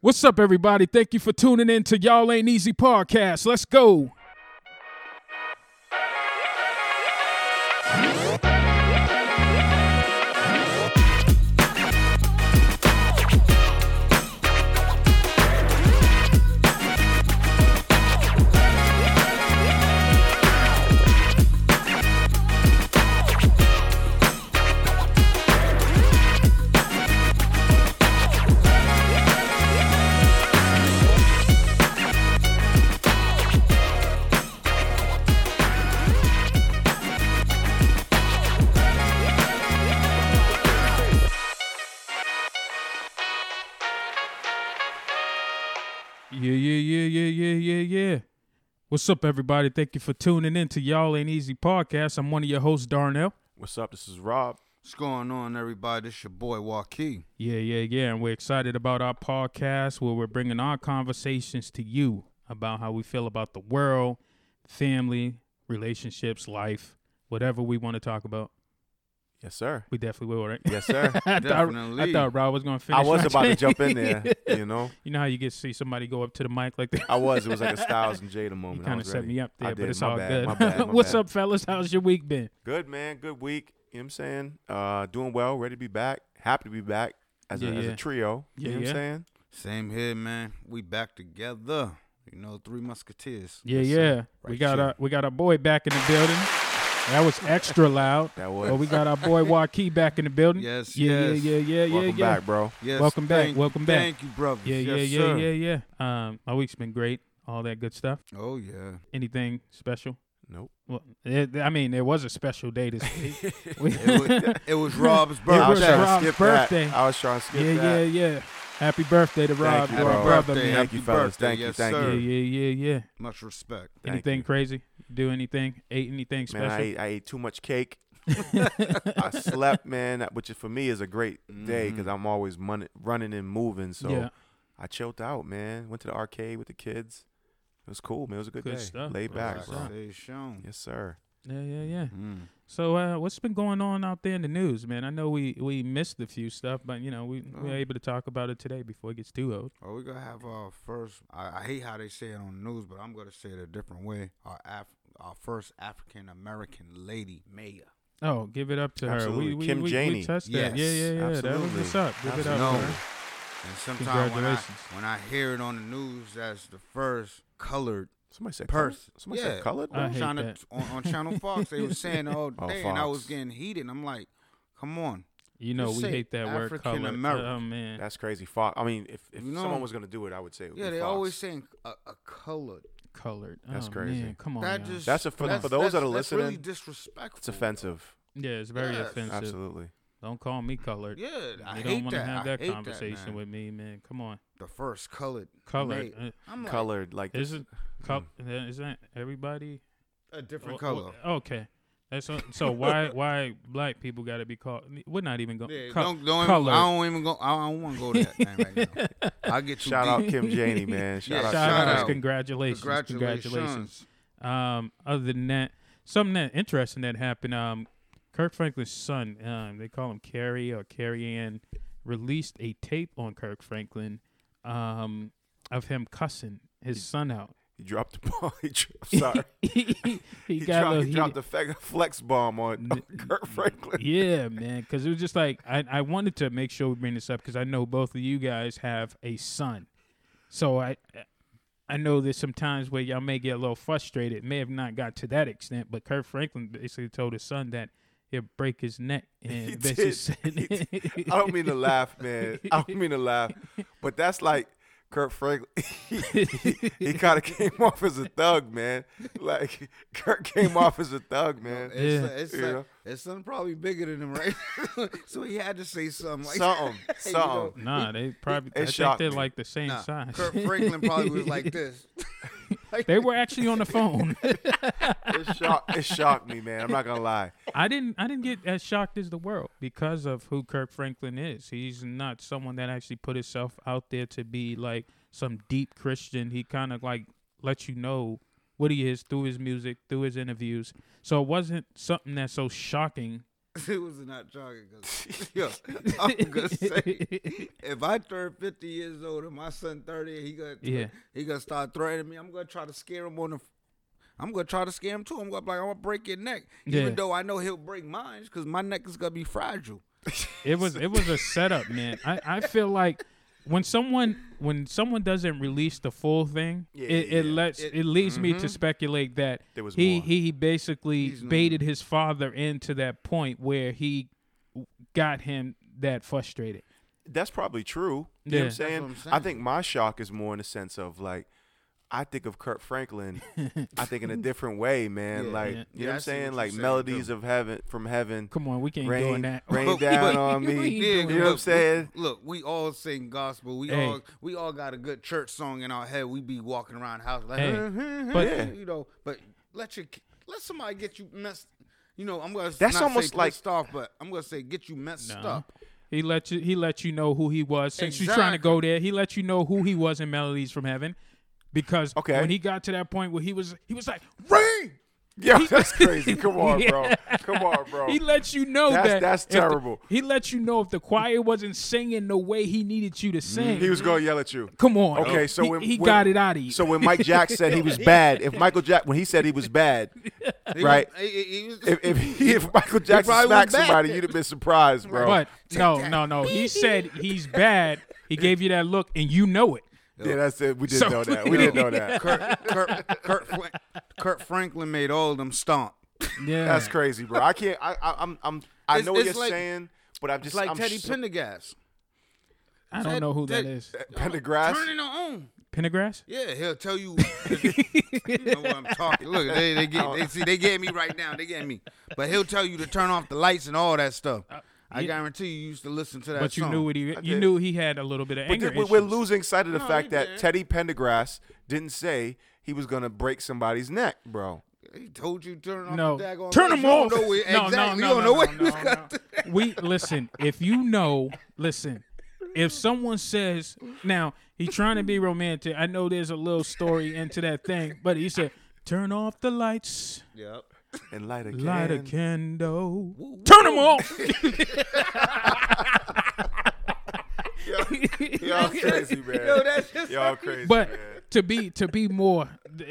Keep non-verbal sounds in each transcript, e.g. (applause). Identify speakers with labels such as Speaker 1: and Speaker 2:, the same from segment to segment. Speaker 1: What's up, everybody? Thank you for tuning in to Y'all Ain't Easy Podcast. Let's go. Yeah, yeah, yeah, yeah, yeah, yeah, yeah. What's up, everybody? Thank you for tuning in to Y'all Ain't Easy Podcast. I'm one of your hosts, Darnell.
Speaker 2: What's up? This is Rob.
Speaker 3: What's going on, everybody? This your boy Joaquin.
Speaker 1: Yeah, yeah, yeah. And we're excited about our podcast where we're bringing our conversations to you about how we feel about the world, family, relationships, life, whatever we want to talk about.
Speaker 2: Yes, sir.
Speaker 1: We definitely will, right?
Speaker 2: Yes, sir.
Speaker 1: (laughs) I, thought, I
Speaker 3: Definitely.
Speaker 1: thought Rob was going to finish.
Speaker 2: I was
Speaker 1: my
Speaker 2: about to
Speaker 1: chain.
Speaker 2: jump
Speaker 1: (laughs)
Speaker 2: in there. You know,
Speaker 1: You know how you get to see somebody go up to the mic like that?
Speaker 2: (laughs) I was. It was like a Styles and Jada moment.
Speaker 1: You
Speaker 2: I
Speaker 1: kind of
Speaker 2: was
Speaker 1: set
Speaker 2: ready.
Speaker 1: me up
Speaker 2: I
Speaker 1: there, but
Speaker 2: did.
Speaker 1: it's
Speaker 2: My
Speaker 1: all
Speaker 2: bad.
Speaker 1: good. (laughs)
Speaker 2: My bad. My
Speaker 1: What's
Speaker 2: bad.
Speaker 1: up, fellas? How's your week been?
Speaker 2: Good man. Good week. You know what I'm saying? Uh, doing well. Ready to be back. Happy to be back as a,
Speaker 1: Yeah,
Speaker 2: as
Speaker 1: yeah.
Speaker 2: a trio. You
Speaker 1: Yeah,
Speaker 2: know what
Speaker 1: yeah.
Speaker 2: I'm saying?
Speaker 3: Same here, man. We back together. You know, three musketeers.
Speaker 1: Yeah,
Speaker 3: Yes,
Speaker 1: yeah.
Speaker 3: sir.
Speaker 1: we
Speaker 3: Right
Speaker 1: got
Speaker 3: here.
Speaker 1: our we got our boy back in the building. That was extra loud.
Speaker 2: That was.
Speaker 1: But Oh, we got our boy Joaquin back in the building.
Speaker 3: Yes,
Speaker 1: yeah,
Speaker 3: yes.
Speaker 1: yeah, yeah, yeah, yeah,
Speaker 2: Welcome
Speaker 1: yeah.
Speaker 2: back, bro.
Speaker 3: Yes,
Speaker 1: Welcome back,
Speaker 3: thank-
Speaker 1: welcome back.
Speaker 3: Thank you, brothers.
Speaker 1: Yeah, yeah,
Speaker 3: Yes,
Speaker 1: yeah,
Speaker 3: sir.
Speaker 1: yeah, yeah. Um, my week's been great. All that good stuff.
Speaker 3: Oh yeah.
Speaker 1: Anything special?
Speaker 2: Nope.
Speaker 1: Well, it, I mean, it was a special day this
Speaker 2: (laughs)
Speaker 1: week. We-
Speaker 3: It
Speaker 1: (laughs)
Speaker 3: was, it was Rob's
Speaker 2: I
Speaker 1: was Rob-
Speaker 2: was trying
Speaker 3: birthday.
Speaker 2: to
Speaker 1: Rob's
Speaker 2: skip
Speaker 1: birthday.
Speaker 2: that. I was trying to skip
Speaker 1: yeah, yeah,
Speaker 2: that.
Speaker 1: yeah. Happy birthday to Rob,
Speaker 2: you,
Speaker 1: your
Speaker 2: bro.
Speaker 1: brother,
Speaker 3: Birthday.
Speaker 1: man.
Speaker 2: Thank you,
Speaker 3: Happy
Speaker 2: fellas. Thank
Speaker 3: birthday.
Speaker 2: you.
Speaker 3: Yes,
Speaker 2: Thank
Speaker 1: Yeah,
Speaker 3: sir.
Speaker 2: you.
Speaker 1: yeah, yeah, yeah.
Speaker 3: Much respect.
Speaker 2: Thank
Speaker 1: anything
Speaker 2: you.
Speaker 1: crazy? Do anything? Ate anything
Speaker 2: Man, I
Speaker 1: special?
Speaker 2: ate, I ate too
Speaker 1: (laughs)
Speaker 2: much cake. (laughs) I slept, man, that- which is- for me is a great day because I'm always mon- running and moving. So
Speaker 1: Mm-hmm. yeah.
Speaker 2: I chilled out, man. Went to the arcade with the kids. It was cool, man. It was a good,
Speaker 1: Good
Speaker 2: day.
Speaker 1: stuff,
Speaker 2: Laid
Speaker 1: bro.
Speaker 2: back,
Speaker 1: Good
Speaker 2: bro.
Speaker 1: stuff.
Speaker 3: Conversation.
Speaker 2: Yes, sir.
Speaker 1: Yeah, yeah, yeah.
Speaker 3: Mm.
Speaker 1: So, uh, what's been going on out there in the news, man? I know we we missed a few stuff, but you know we
Speaker 2: Uh-huh.
Speaker 1: we are
Speaker 3: Oh.
Speaker 1: able to talk about it today before it gets too old.
Speaker 3: Oh, we gonna have our first. I, I hate how they say it on the news, but I'm gonna say it a different way. Our Af- our first African American lady mayor.
Speaker 1: Oh, give it up to her. We,
Speaker 2: Absolutely.
Speaker 1: we,
Speaker 2: Kim
Speaker 1: we, we
Speaker 2: Janey.
Speaker 1: touched that. Yeah,
Speaker 3: Yes,
Speaker 1: yeah, yeah. That was
Speaker 2: absolutely.
Speaker 1: what's up. Give it up.
Speaker 3: Absolutely.
Speaker 1: to her.
Speaker 3: And sometimes when I
Speaker 1: Congratulations.
Speaker 3: when I hear it on the news as the first colored
Speaker 2: Somebody said
Speaker 3: person,
Speaker 2: Colored? Somebody
Speaker 3: Yeah.
Speaker 2: said colored.
Speaker 1: I
Speaker 2: bro?
Speaker 1: hate
Speaker 3: China-
Speaker 1: that.
Speaker 3: on,
Speaker 1: (laughs)
Speaker 3: on Channel Fox, they were saying, (laughs) "Oh,
Speaker 2: Oh,
Speaker 3: day," and I was
Speaker 2: Fox.
Speaker 3: getting heated. And I'm like, "Come on,
Speaker 1: You know
Speaker 3: Just
Speaker 1: we
Speaker 3: say
Speaker 1: hate that word color.
Speaker 3: African-American.
Speaker 1: Oh man.
Speaker 2: That's crazy. Fox. I mean, if, if
Speaker 3: You know-
Speaker 2: someone was gonna do it, I would say it would
Speaker 3: yeah,
Speaker 2: be
Speaker 3: they
Speaker 2: Fox.
Speaker 3: always saying a, a colored."
Speaker 1: colored.
Speaker 2: That's
Speaker 1: oh,
Speaker 2: crazy.
Speaker 1: Man. Come on.
Speaker 3: That
Speaker 1: y'all.
Speaker 3: just
Speaker 2: That's a- for-
Speaker 3: that's-
Speaker 2: for those that
Speaker 3: that's-
Speaker 2: are
Speaker 3: that's really
Speaker 2: listening,
Speaker 3: disrespectful.
Speaker 2: It's offensive.
Speaker 1: yeah, it's very
Speaker 3: Yes.
Speaker 1: offensive.
Speaker 2: Absolutely.
Speaker 1: Don't call me colored.
Speaker 3: Yeah, I
Speaker 1: you
Speaker 3: hate
Speaker 1: don't wanna
Speaker 3: that.
Speaker 1: have
Speaker 3: I
Speaker 1: that
Speaker 3: hate
Speaker 1: conversation
Speaker 3: that, man.
Speaker 1: with me, man. Come on.
Speaker 3: the first colored
Speaker 1: Colored.
Speaker 3: mate.
Speaker 1: Uh,
Speaker 3: I'm like
Speaker 2: Colored. Like this.
Speaker 1: isn't col-
Speaker 2: Mm.
Speaker 1: isn't everybody
Speaker 3: a different
Speaker 1: Oh, oh,
Speaker 3: color.
Speaker 1: Okay. That's so, so
Speaker 3: (laughs)
Speaker 1: why why black people got to be called? We're not even going.
Speaker 3: Yeah,
Speaker 1: Co-
Speaker 3: don't, don't even,
Speaker 1: colored.
Speaker 3: I don't even go. I don't want to go to that thing right now. I get
Speaker 2: (laughs)
Speaker 3: too
Speaker 2: Shout out
Speaker 3: deep.
Speaker 2: Kim
Speaker 1: (laughs)
Speaker 2: Janey, man. Shout
Speaker 3: Yeah,
Speaker 1: Shout
Speaker 2: out.
Speaker 3: shout
Speaker 1: outs,
Speaker 3: out.
Speaker 1: Congratulations. Congratulations.
Speaker 3: Congratulations.
Speaker 1: Um, other than that, something that interesting that happened. Um, Kirk Franklin's son, um, they call him Carrie or Carrie Ann, released a tape on Kirk Franklin, um, of him cussing his son out. (laughs)
Speaker 2: He dropped the ball. (laughs) He dro- I'm sorry.
Speaker 1: he,
Speaker 2: He,
Speaker 1: got a
Speaker 2: dropped,
Speaker 1: little
Speaker 2: he
Speaker 1: heated.
Speaker 2: dropped the fe- (laughs) flex bomb on
Speaker 1: N-
Speaker 2: (laughs) Kurt Franklin.
Speaker 1: yeah, man. Because it was just like I, I wanted to make sure we bring this up because I know both of you guys have a son, so I I know there's some times where y'all may get a little frustrated. It may have not got to that extent, but Kurt Franklin basically told his son that he'll break his neck and
Speaker 2: (laughs) He
Speaker 1: basically
Speaker 2: did.
Speaker 1: said-
Speaker 2: He
Speaker 1: (laughs)
Speaker 2: did. Oh, I don't mean to laugh, man. I don't mean to laugh, but that's like Kurt Franklin. (laughs) He, kind of came (laughs) off as a thug, man. Like Kurt came off as a thug, man.
Speaker 3: It's,
Speaker 1: Yeah.
Speaker 3: like- it's,
Speaker 2: Yeah.
Speaker 3: like- it's something probably bigger than him, right? (laughs) so he had to say something like
Speaker 2: Something,
Speaker 3: you know,
Speaker 2: something.
Speaker 1: Nah, they probably I think
Speaker 2: shocked
Speaker 1: they're
Speaker 2: me.
Speaker 1: like the same
Speaker 3: Nah,
Speaker 1: size.
Speaker 3: Kurt Franklin probably
Speaker 1: (laughs)
Speaker 3: was like this. (laughs)
Speaker 1: they were actually on the
Speaker 2: (laughs)
Speaker 1: phone.
Speaker 2: It shocked. It shocked me, man. I'm not gonna lie.
Speaker 1: I didn't I didn't get as shocked as the world because of who Kirk Franklin is. He's not someone that actually put himself out there to be like some deep Christian. He kind of like lets you know what he is through his music, through his interviews. So it wasn't something that's so shocking
Speaker 3: (laughs) It was not jogging. 'cause- (laughs) yo, I'm gonna say, if I turn 50 years old and my son 30, he gonna
Speaker 1: Yeah.
Speaker 3: he gonna start threatening me. I'm gonna try to scare him on the. I'm gonna try to scare him too. I'm gonna be like, I'm gonna break your neck,
Speaker 1: Yeah.
Speaker 3: even though I know he'll break mine because my neck is gonna be fragile.
Speaker 1: It was it was a setup, man. I, I feel like when someone when someone doesn't release the full thing,
Speaker 2: Yeah,
Speaker 1: it,
Speaker 2: yeah,
Speaker 1: it
Speaker 2: yeah. Mm-hmm.
Speaker 1: lets it,
Speaker 3: It-
Speaker 1: leads me to speculate that
Speaker 2: There was
Speaker 1: he,
Speaker 2: more.
Speaker 1: he he basically
Speaker 3: He's not-
Speaker 1: baited his father into that point where he got him that frustrated.
Speaker 2: (laughs) That's probably true. You
Speaker 1: Yeah.
Speaker 2: know what I'm
Speaker 1: That's
Speaker 2: saying?
Speaker 3: what I'm
Speaker 2: I
Speaker 3: saying.
Speaker 2: think my shock is more in the sense of like I think of Kurt
Speaker 3: (laughs)
Speaker 2: Franklin, I think in a different way, man.
Speaker 3: Yeah.
Speaker 2: like
Speaker 1: Yeah.
Speaker 2: you
Speaker 3: Yeah,
Speaker 2: know what
Speaker 3: I
Speaker 2: I'm
Speaker 3: see
Speaker 2: saying?
Speaker 3: what
Speaker 2: Like
Speaker 3: you're saying,
Speaker 2: melodies of heaven from heaven.
Speaker 1: Come on, we can't go
Speaker 2: rain,
Speaker 1: on that.
Speaker 2: rain
Speaker 3: But-
Speaker 2: down
Speaker 3: but- (laughs)
Speaker 2: on
Speaker 1: (laughs) we
Speaker 2: me.
Speaker 1: ain't
Speaker 2: You
Speaker 1: doing
Speaker 2: know what I'm saying?
Speaker 3: Look, we all sing gospel. We
Speaker 1: Hey.
Speaker 3: all we all got a good church song in our head. We be walking around the house like,
Speaker 1: Hey,
Speaker 3: but
Speaker 1: but-
Speaker 3: you know, but let your let somebody get you messed. You know, I'm gonna
Speaker 2: That's
Speaker 3: not
Speaker 2: almost
Speaker 3: say
Speaker 2: like-
Speaker 3: pissed off, but I'm gonna say get you messed
Speaker 1: No.
Speaker 3: up.
Speaker 1: He let you he let you know who he was. Since you're trying to go there, he let you know who he was in Melodies from Heaven. Because
Speaker 2: Okay.
Speaker 1: when he got to that point where he was he was like, Rain
Speaker 2: Yo, (laughs) that's crazy. Come on, bro.
Speaker 1: Yeah.
Speaker 2: Come on, bro.
Speaker 1: He lets you know
Speaker 2: That's-
Speaker 1: that
Speaker 2: that's
Speaker 1: if the-
Speaker 2: terrible.
Speaker 1: he lets you know if the choir wasn't singing the way he needed you to sing.
Speaker 2: He was gonna yell at you.
Speaker 1: Come
Speaker 3: Oh.
Speaker 1: on.
Speaker 2: Mm-hmm. Okay,
Speaker 1: He-
Speaker 2: so
Speaker 1: he,
Speaker 2: when,
Speaker 1: he
Speaker 2: when-
Speaker 1: got it out of you.
Speaker 2: So when Mike Jack said he
Speaker 1: (laughs)
Speaker 2: was bad, if Michael Jack when he said he was bad, right?
Speaker 3: He, he- he was-
Speaker 2: If if, he, if Michael Jackson
Speaker 3: probably was
Speaker 2: smacked
Speaker 3: bad.
Speaker 2: somebody, you'd have been surprised, bro.
Speaker 1: but no, no, no. He said he's bad. He gave you that look, and you know it.
Speaker 2: yeah, that's it. We didn't
Speaker 1: So-
Speaker 2: know that. We didn't know that.
Speaker 3: Kurt, Kurt, Kurt, Flan- Kurt Franklin made all of them stomp.
Speaker 1: Yeah,
Speaker 2: That's crazy, bro. I can't. I, I, I'm. I'm. I
Speaker 3: It's-
Speaker 2: know what
Speaker 3: it's
Speaker 2: you're
Speaker 3: like-
Speaker 2: saying, but I'm just
Speaker 3: It's like
Speaker 2: I'm
Speaker 3: Teddy
Speaker 2: so- eh,
Speaker 3: Pendergast.
Speaker 1: I don't
Speaker 3: Ted-
Speaker 1: know who that
Speaker 3: Ted-
Speaker 1: is.
Speaker 2: Pendergrass.
Speaker 3: Turning it on.
Speaker 1: Pendergrass.
Speaker 3: Yeah, he'll tell you. (laughs) you know what I'm talking. Look, they they get they see they get me right now. They get me, but he'll tell you to turn off the lights and all that stuff. I guarantee you used to listen to that.
Speaker 1: Uh, But you
Speaker 3: song.
Speaker 1: knew what he you
Speaker 2: did.
Speaker 1: knew he had a little bit of
Speaker 2: But
Speaker 1: anger.
Speaker 2: th- we- we're
Speaker 1: issues.
Speaker 2: losing sight of the
Speaker 3: No,
Speaker 2: fact
Speaker 3: he
Speaker 2: that
Speaker 3: didn't.
Speaker 2: Teddy Pendergrass didn't say he was gonna break somebody's neck, bro.
Speaker 3: He told you to turn off
Speaker 1: No,
Speaker 3: the daggone
Speaker 1: turn
Speaker 3: lights.
Speaker 1: them
Speaker 3: You don't
Speaker 1: off.
Speaker 3: know where-
Speaker 1: (laughs) No,
Speaker 3: exactly.
Speaker 1: no,
Speaker 3: you
Speaker 1: no,
Speaker 3: don't
Speaker 1: no,
Speaker 3: know where
Speaker 1: no,
Speaker 3: he was
Speaker 1: no,
Speaker 3: got
Speaker 1: no.
Speaker 3: to-
Speaker 1: we listen if you know listen if someone says now he's trying to be romantic i know there's a little story into that thing but he said turn off the lights
Speaker 3: (laughs) Yep.
Speaker 2: And light a can.
Speaker 1: light a candle turn them
Speaker 3: (laughs)
Speaker 1: off
Speaker 3: (laughs)
Speaker 2: Y'all crazy, man.
Speaker 3: Yo, that's just
Speaker 2: Y'all crazy.
Speaker 1: but
Speaker 2: man.
Speaker 1: to be to be more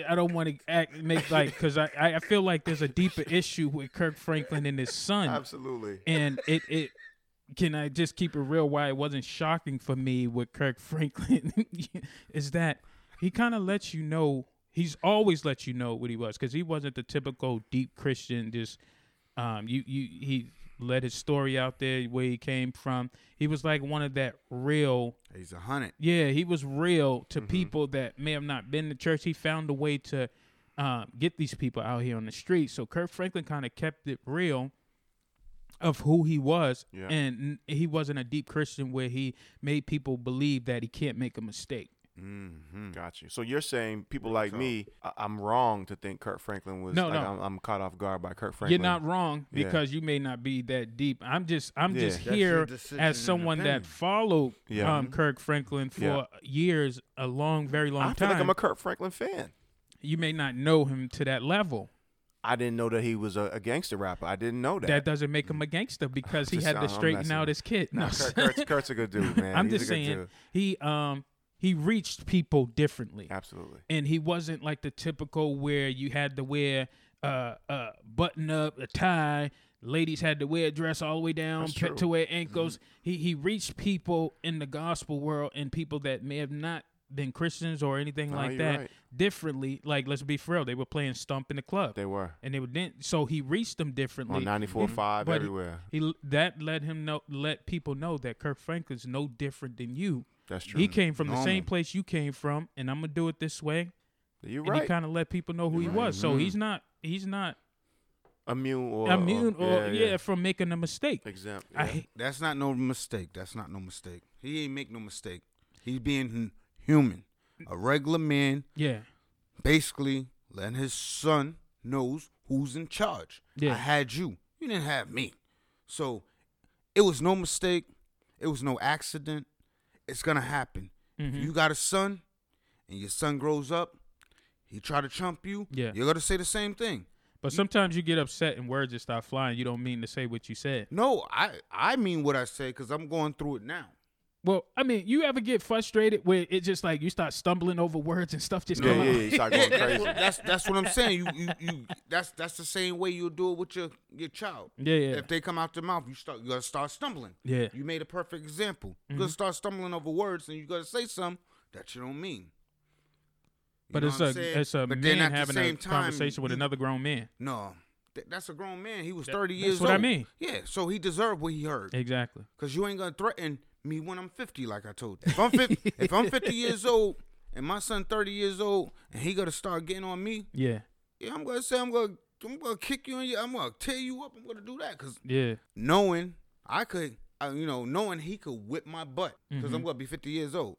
Speaker 1: i don't want to act make like because I, I I feel like there's a deeper issue with kirk franklin and his son
Speaker 2: absolutely.
Speaker 1: and it it can I just keep it real why it wasn't shocking for me with Kirk Franklin (laughs) is that he kind of lets you know he's always let you know what he was cuz he wasn't the typical deep Christian just um you you he let his story out there where he came from he was like one of that real
Speaker 3: He's a hundred.
Speaker 1: yeah, he was real
Speaker 2: Mm-hmm.
Speaker 1: to people that may have not been to church. He found a way to um, get these people out here on the street. So Kirk Franklin kind of kept it real of who he was,
Speaker 2: Yeah.
Speaker 1: and n- he wasn't a deep Christian where he made people believe that he can't make a mistake.
Speaker 2: Mm-hmm. Got you. So you're saying people like me, I- I'm wrong to think Kurt Franklin was.
Speaker 1: No,
Speaker 2: like,
Speaker 1: no.
Speaker 2: I'm, I'm caught off guard by Kurt Franklin.
Speaker 1: You're not wrong
Speaker 2: Yeah.
Speaker 1: because you may not be that deep. I'm just I'm
Speaker 2: Yeah.
Speaker 1: just
Speaker 2: That's
Speaker 3: your
Speaker 1: here
Speaker 3: decision
Speaker 1: as
Speaker 3: and
Speaker 1: someone that
Speaker 3: opinion.
Speaker 1: followed
Speaker 2: Yeah. Mm-hmm.
Speaker 1: um, Kirk Franklin for
Speaker 2: Yeah.
Speaker 1: years, a long, very long
Speaker 2: I feel
Speaker 1: time.
Speaker 2: like I'm a Kurt Franklin fan.
Speaker 1: you may not know him to that level.
Speaker 2: I didn't know that he was a, a gangster rapper. I didn't know that.
Speaker 1: that doesn't make him a gangster because he
Speaker 2: Just-
Speaker 1: had
Speaker 2: I'm-
Speaker 1: to
Speaker 2: I'm
Speaker 1: straighten
Speaker 2: messing
Speaker 1: out
Speaker 2: with-
Speaker 1: his kid.
Speaker 2: Nah,
Speaker 1: No, (laughs)
Speaker 2: (laughs) Kurt, Kurt's, Kurt's a good dude, man.
Speaker 1: I'm
Speaker 2: He's
Speaker 1: just
Speaker 2: a good
Speaker 1: saying
Speaker 2: dude.
Speaker 1: he um he reached people differently,
Speaker 2: Absolutely.
Speaker 1: and he wasn't like the typical where you had to wear uh, a button up, a tie. Ladies had to wear a dress all the way down
Speaker 2: That's
Speaker 1: pe-
Speaker 2: true. Mm-hmm.
Speaker 1: to wear ankles. He he reached people in the gospel world and people that may have not been Christians or anything
Speaker 2: No,
Speaker 1: like
Speaker 2: you're
Speaker 1: that
Speaker 2: right.
Speaker 1: differently. Like let's be for real, they were playing stump in the club,
Speaker 2: They were
Speaker 1: and they were then so he reached them differently. Mm-hmm.
Speaker 2: on 94 5
Speaker 1: But he-
Speaker 2: everywhere.
Speaker 1: He that let him know, let people know that Kirk Franklin's no different than you.
Speaker 2: That's true.
Speaker 1: He came from the same
Speaker 3: Normal.
Speaker 1: place you came from, and I'm gonna do it this way.
Speaker 2: You're
Speaker 1: And he
Speaker 2: right. Mm-hmm.
Speaker 1: kind of let people know who he was. So he's not, he's not
Speaker 2: immune or
Speaker 1: immune or, yeah, from making a mistake.
Speaker 2: Exempt.
Speaker 1: I
Speaker 2: yeah.
Speaker 1: hate-
Speaker 3: That's not no mistake. That's not no mistake. He ain't make no mistake. He's being hu- human, a regular man,
Speaker 1: yeah,
Speaker 3: basically letting his son knows who's in charge.
Speaker 1: Yeah.
Speaker 3: I had you. You didn't have me. So it was no mistake. It was no accident. It's gonna happen.
Speaker 1: Mm-hmm.
Speaker 3: If you got a son and your son grows up, he try to trump you,
Speaker 1: Yeah.
Speaker 3: you're gonna say the same thing.
Speaker 1: But sometimes you get upset and words just start flying. You don't mean to say what you said.
Speaker 3: No, I I mean what I say because I'm going through it now.
Speaker 1: Well, I mean, you ever get frustrated where it's just like you start stumbling over words and stuff just
Speaker 2: Yeah,
Speaker 1: come
Speaker 2: yeah,
Speaker 1: out?
Speaker 2: you start going
Speaker 3: (laughs)
Speaker 2: crazy.
Speaker 3: That's that's what I'm saying. You, you you that's that's the same way you'll do it with your your child.
Speaker 1: (laughs) Yeah, yeah.
Speaker 3: If they come out their mouth, you start you gotta start stumbling.
Speaker 1: Yeah. Mm-hmm.
Speaker 3: You made a perfect example. You're gonna start stumbling over words and you gotta say something that you don't mean. You
Speaker 1: But
Speaker 3: know
Speaker 1: it's
Speaker 3: what I'm
Speaker 1: a
Speaker 3: saying?
Speaker 1: it's a
Speaker 3: But then
Speaker 1: man
Speaker 3: at the
Speaker 1: having
Speaker 3: same
Speaker 1: a
Speaker 3: time,
Speaker 1: conversation with
Speaker 3: you-
Speaker 1: another grown man.
Speaker 3: No. Th- that's a grown man. He was
Speaker 1: That-
Speaker 3: 30
Speaker 1: that's
Speaker 3: years
Speaker 1: what I
Speaker 3: old.
Speaker 1: mean.
Speaker 3: Yeah, so he deserved what he heard.
Speaker 1: Exactly.
Speaker 3: Cause you ain't gonna threaten me when I'm 50, like I told you. If
Speaker 1: (laughs)
Speaker 3: I'm 50, if I'm 50 years old and my son 30 years old, and he gonna start getting on me,
Speaker 1: Yeah.
Speaker 3: yeah, I'm gonna say I'm gonna I'm gonna kick you in your, I'm gonna tear you up. I'm gonna do that because
Speaker 1: Yeah.
Speaker 3: knowing I could, uh, you know, knowing he could whip my butt because
Speaker 1: Mm-hmm.
Speaker 3: I'm gonna be 50 years old.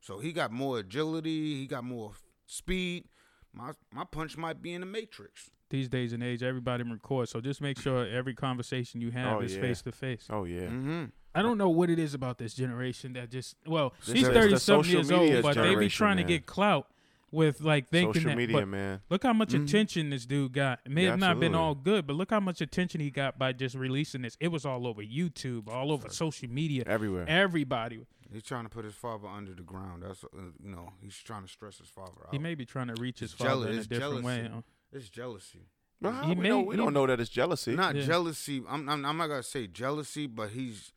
Speaker 3: So he got more agility. He got more speed. My my punch might be in the matrix.
Speaker 1: These days and age, everybody records, so just make sure every conversation you have
Speaker 2: Oh,
Speaker 1: is
Speaker 2: yeah.
Speaker 1: face to face.
Speaker 2: Oh yeah.
Speaker 3: Mm-hmm.
Speaker 1: I don't know what it is about this generation that just well,
Speaker 2: This
Speaker 1: she's
Speaker 2: is
Speaker 1: thirty
Speaker 2: the
Speaker 1: something
Speaker 2: social
Speaker 1: years old,
Speaker 2: media
Speaker 1: but they be
Speaker 2: generation,
Speaker 1: trying
Speaker 2: man.
Speaker 1: to get clout with like thinking
Speaker 2: Social
Speaker 1: that.
Speaker 2: media,
Speaker 1: but
Speaker 2: man. Mm-hmm.
Speaker 1: Look how much attention this dude got. It may
Speaker 2: Yeah,
Speaker 1: have not been
Speaker 2: absolutely.
Speaker 1: all good, but look how much attention he got by just releasing this. It was all over YouTube, all over social media,
Speaker 2: Everywhere.
Speaker 1: Everybody.
Speaker 3: He's trying to put his father under the ground. That's uh, you know he's trying to stress his father out.
Speaker 1: He may be trying to reach his
Speaker 3: It's
Speaker 1: father
Speaker 3: jealous-
Speaker 1: in a
Speaker 3: it's
Speaker 1: different way.
Speaker 3: jealousy. it's jealousy.
Speaker 2: Well,
Speaker 1: He
Speaker 2: we,
Speaker 1: may-
Speaker 2: don't, we
Speaker 1: he-
Speaker 2: don't know that it's jealousy.
Speaker 3: Not
Speaker 1: Yeah.
Speaker 3: jealousy. I'm, I'm I'm not gonna say jealousy, but he's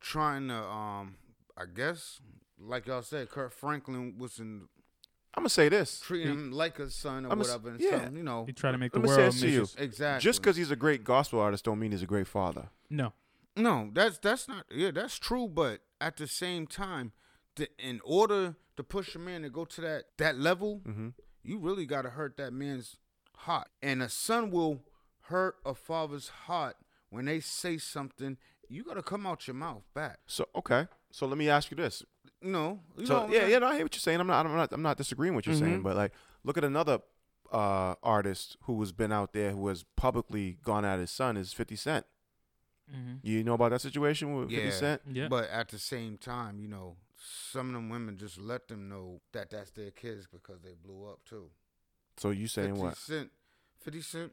Speaker 3: trying to um I guess like y'all said, Kurt Franklin was in
Speaker 2: I'm gonna say this.
Speaker 3: treating him like a son or
Speaker 2: I'ma s-
Speaker 3: whatever, and
Speaker 2: yeah.
Speaker 3: something, you know.
Speaker 1: He try to make the
Speaker 2: Let me
Speaker 1: world
Speaker 2: say this to you.
Speaker 1: miserable.
Speaker 3: Exactly.
Speaker 2: Just because he's a great gospel artist, don't mean he's a great father.
Speaker 1: No.
Speaker 3: no, that's that's not yeah, that's true. But at the same time, to, in order to push a man to go to that that level, you really gotta hurt that man's heart. And a son will hurt a father's heart when they say something. You gotta come out your mouth back.
Speaker 2: So okay. So let me ask you this.
Speaker 3: No, you
Speaker 2: So
Speaker 3: know,
Speaker 2: yeah, yeah, no, I hear what you're saying. I'm not, I'm not, I'm not disagreeing with what you're saying.
Speaker 3: Mhm.
Speaker 2: But like, look at another uh, artist who has been out there who has publicly gone at his son is 50 Cent.
Speaker 1: Mhm.
Speaker 2: You know about that situation with 50
Speaker 3: Yeah.
Speaker 2: Cent?
Speaker 1: Yeah.
Speaker 3: But at the same time, you know, some of them women just let them know that that's their kids because they blew up too.
Speaker 2: So you saying what?
Speaker 3: Cent, Fifty Cent,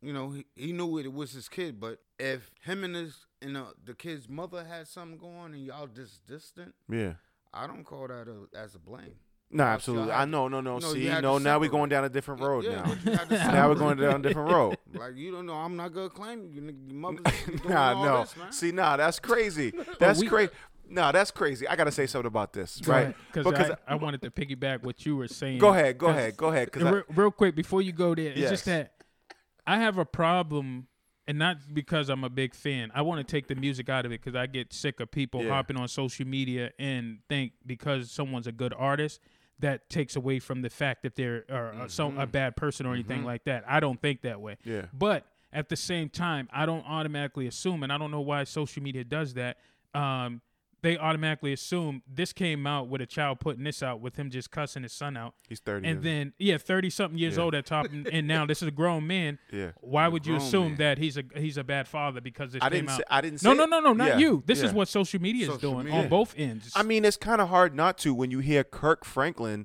Speaker 3: you know, he, he knew it was his kid, but if him and his and uh, the, the kid's mother had something going on and y'all just distant,
Speaker 2: Yeah.
Speaker 3: I don't call that a, as a blame.
Speaker 2: No,
Speaker 3: Y'all still
Speaker 2: absolutely.
Speaker 3: had
Speaker 2: I
Speaker 3: to-
Speaker 2: know, no, no.
Speaker 3: you know, you
Speaker 2: See,
Speaker 3: had to
Speaker 2: no, now we're
Speaker 3: separate.
Speaker 2: going down a different road
Speaker 3: yeah,
Speaker 2: now.
Speaker 3: but you
Speaker 2: (laughs)
Speaker 3: had to (laughs)
Speaker 2: now we're
Speaker 3: separate.
Speaker 2: going down a different road.
Speaker 3: Like you don't know, I'm not gonna claim you. nigga, Your mother's
Speaker 2: (laughs)
Speaker 3: doing all
Speaker 2: nah, no.
Speaker 3: this, man.
Speaker 2: See, nah,
Speaker 3: (laughs)
Speaker 2: that's crazy. That's
Speaker 1: we-
Speaker 2: crazy. Nah, that's crazy. I gotta say something about this, right?
Speaker 1: Because I, I wanted to piggyback what you were saying.
Speaker 2: go ahead, go
Speaker 1: 'Cause-
Speaker 2: ahead, go ahead. Cause
Speaker 1: And
Speaker 2: I,
Speaker 1: re- real quick before you go there, it's just
Speaker 2: Yes.
Speaker 1: that I have a problem, and not because I'm a big fan. I want to take the music out of it because I get sick of people
Speaker 2: Yeah.
Speaker 1: hopping on social media and think because someone's a good artist that takes away from the fact that they're or uh, some a bad person or anything like that. I don't think that way.
Speaker 2: Mm-hmm. Yeah.
Speaker 1: But at the same time, I don't automatically assume, and I don't know why social media does that. Um, they automatically assume this came out with a child putting this out with him just cussing his son out
Speaker 2: he's thirty.
Speaker 1: and
Speaker 2: years-
Speaker 1: then yeah, thirty something years old at top, and, and now this is a grown man.
Speaker 2: (laughs) Yeah.
Speaker 1: Why would you
Speaker 3: Grown
Speaker 1: assume
Speaker 3: man.
Speaker 1: that he's a he's a bad father because this
Speaker 2: I
Speaker 1: came
Speaker 2: didn't
Speaker 1: out?
Speaker 2: say- I didn't
Speaker 1: No,
Speaker 2: say-
Speaker 1: no, no, no, not
Speaker 2: yeah,
Speaker 1: you. This
Speaker 2: yeah.
Speaker 1: is what social media is
Speaker 3: Social
Speaker 1: doing
Speaker 3: media.
Speaker 1: on both ends.
Speaker 2: I mean, it's kind of hard not to when you hear Kirk Franklin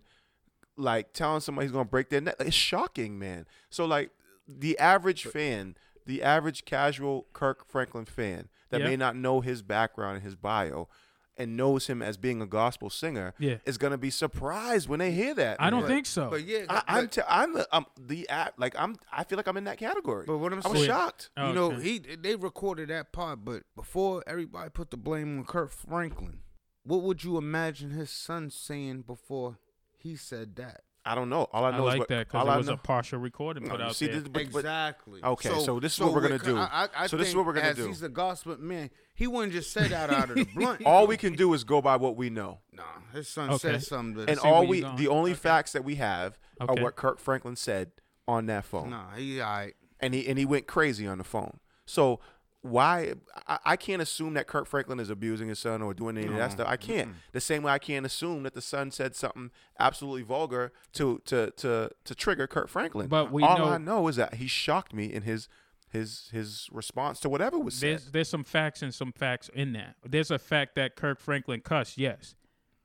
Speaker 2: like telling somebody he's gonna break their neck. It's shocking, man. So like the average fan, the average casual Kirk Franklin fan that
Speaker 1: Yeah.
Speaker 2: may not know his background and his bio and knows him as being a gospel singer
Speaker 1: Yeah.
Speaker 2: is gonna be surprised when they hear that.
Speaker 1: I don't
Speaker 2: man.
Speaker 1: think so.
Speaker 3: But yeah,
Speaker 2: I, I'm
Speaker 3: but-
Speaker 2: t- I'm the I'm the app like I'm I feel like I'm in that category.
Speaker 3: But what I'm
Speaker 2: I was
Speaker 3: saying-
Speaker 2: shocked.
Speaker 1: Oh,
Speaker 3: you know,
Speaker 1: okay.
Speaker 3: he they recorded that part, but before everybody put the blame on Kurt Franklin, what would you imagine his son saying before he said that?
Speaker 2: I don't know. All I
Speaker 1: I,
Speaker 2: know is
Speaker 1: like
Speaker 2: what,
Speaker 1: that
Speaker 2: all
Speaker 1: because it
Speaker 2: I
Speaker 1: was
Speaker 2: know-
Speaker 1: a partial recording
Speaker 2: No,
Speaker 1: put
Speaker 2: you
Speaker 1: out
Speaker 2: see,
Speaker 1: there.
Speaker 2: this- but- but-
Speaker 3: exactly.
Speaker 2: Okay, so this is what we're gonna
Speaker 3: with-
Speaker 2: do.
Speaker 3: I, I, I
Speaker 2: So this is
Speaker 3: think
Speaker 2: what we're gonna
Speaker 3: as
Speaker 2: do.
Speaker 3: He's a gospel man. He wouldn't just say that out
Speaker 2: (laughs)
Speaker 3: of the blunt.
Speaker 2: all we can do is go by what we know.
Speaker 3: nah, his son
Speaker 1: Okay.
Speaker 3: said something. To
Speaker 2: and
Speaker 1: see
Speaker 2: all
Speaker 1: where
Speaker 2: we
Speaker 1: you're going.
Speaker 2: the only facts that we have
Speaker 1: Okay.
Speaker 2: are what Kirk Franklin said on that phone,
Speaker 3: nah, he alright.
Speaker 2: and he and he went crazy on the phone. So why I, I can't assume that Kirk Franklin is abusing his son or doing any of that stuff. I can't. The same way I can't assume that the son said something absolutely vulgar to to to to trigger Kirk Franklin.
Speaker 1: But we
Speaker 2: all
Speaker 1: know-
Speaker 2: I know is that he shocked me in his his his response to whatever was said.
Speaker 1: There's there's some facts and some facts in that. There's a fact that Kirk Franklin cussed. Yes.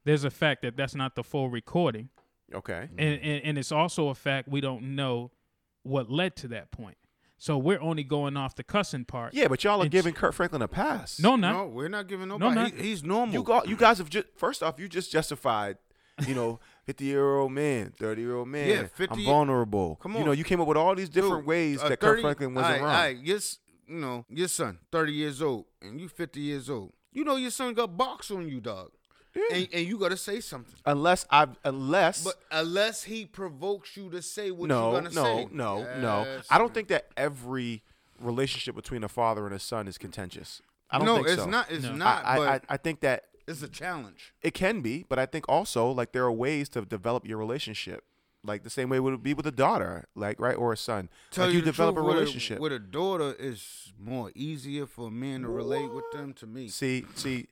Speaker 1: There's a fact that that's not the full recording,
Speaker 2: Okay.
Speaker 1: and and, and it's also a fact we don't know what led to that point. So we're only going off the cussing part.
Speaker 2: Yeah, but y'all are
Speaker 1: It's-
Speaker 2: giving Kurt Franklin a pass.
Speaker 1: No, no.
Speaker 3: No, we're not giving nobody.
Speaker 1: not-
Speaker 3: he- he's normal.
Speaker 2: you got you guys have just first off, you just justified, you
Speaker 3: (laughs)
Speaker 2: know, fifty year old man, thirty year old man.
Speaker 3: Yeah, 50
Speaker 2: I'm vulnerable.
Speaker 3: Come
Speaker 2: you
Speaker 3: on.
Speaker 2: know, you came up with all these different
Speaker 3: Dude,
Speaker 2: ways
Speaker 3: a
Speaker 2: that
Speaker 3: 30
Speaker 2: Kurt Franklin wasn't
Speaker 3: aight,
Speaker 2: wrong.
Speaker 3: aight, your s- you know, your son, thirty years old, and you fifty years old. You know your son got box on you, dog, and, and you gotta say something.
Speaker 2: Unless I unless
Speaker 3: But unless he provokes you to say what
Speaker 2: no,
Speaker 3: you're gonna
Speaker 2: no,
Speaker 3: say,
Speaker 2: no, no.
Speaker 3: Yes,
Speaker 2: I don't
Speaker 3: man.
Speaker 2: think that every relationship between a father and a son is contentious. I don't
Speaker 3: no,
Speaker 2: think
Speaker 3: it's
Speaker 2: so.
Speaker 3: not. It's
Speaker 1: No.
Speaker 2: I,
Speaker 3: not.
Speaker 2: I,
Speaker 3: but
Speaker 2: I, I think that
Speaker 3: it's a challenge.
Speaker 2: it can be, but I think also like there are ways to develop your relationship. Like the same way would it be with a daughter, like right, or a son.
Speaker 3: Tell
Speaker 2: like
Speaker 3: you,
Speaker 2: you
Speaker 3: the
Speaker 2: develop
Speaker 3: truth,
Speaker 2: a relationship.
Speaker 3: with a, with a daughter. It's more easier for a man to relate with them to me.
Speaker 2: See, see,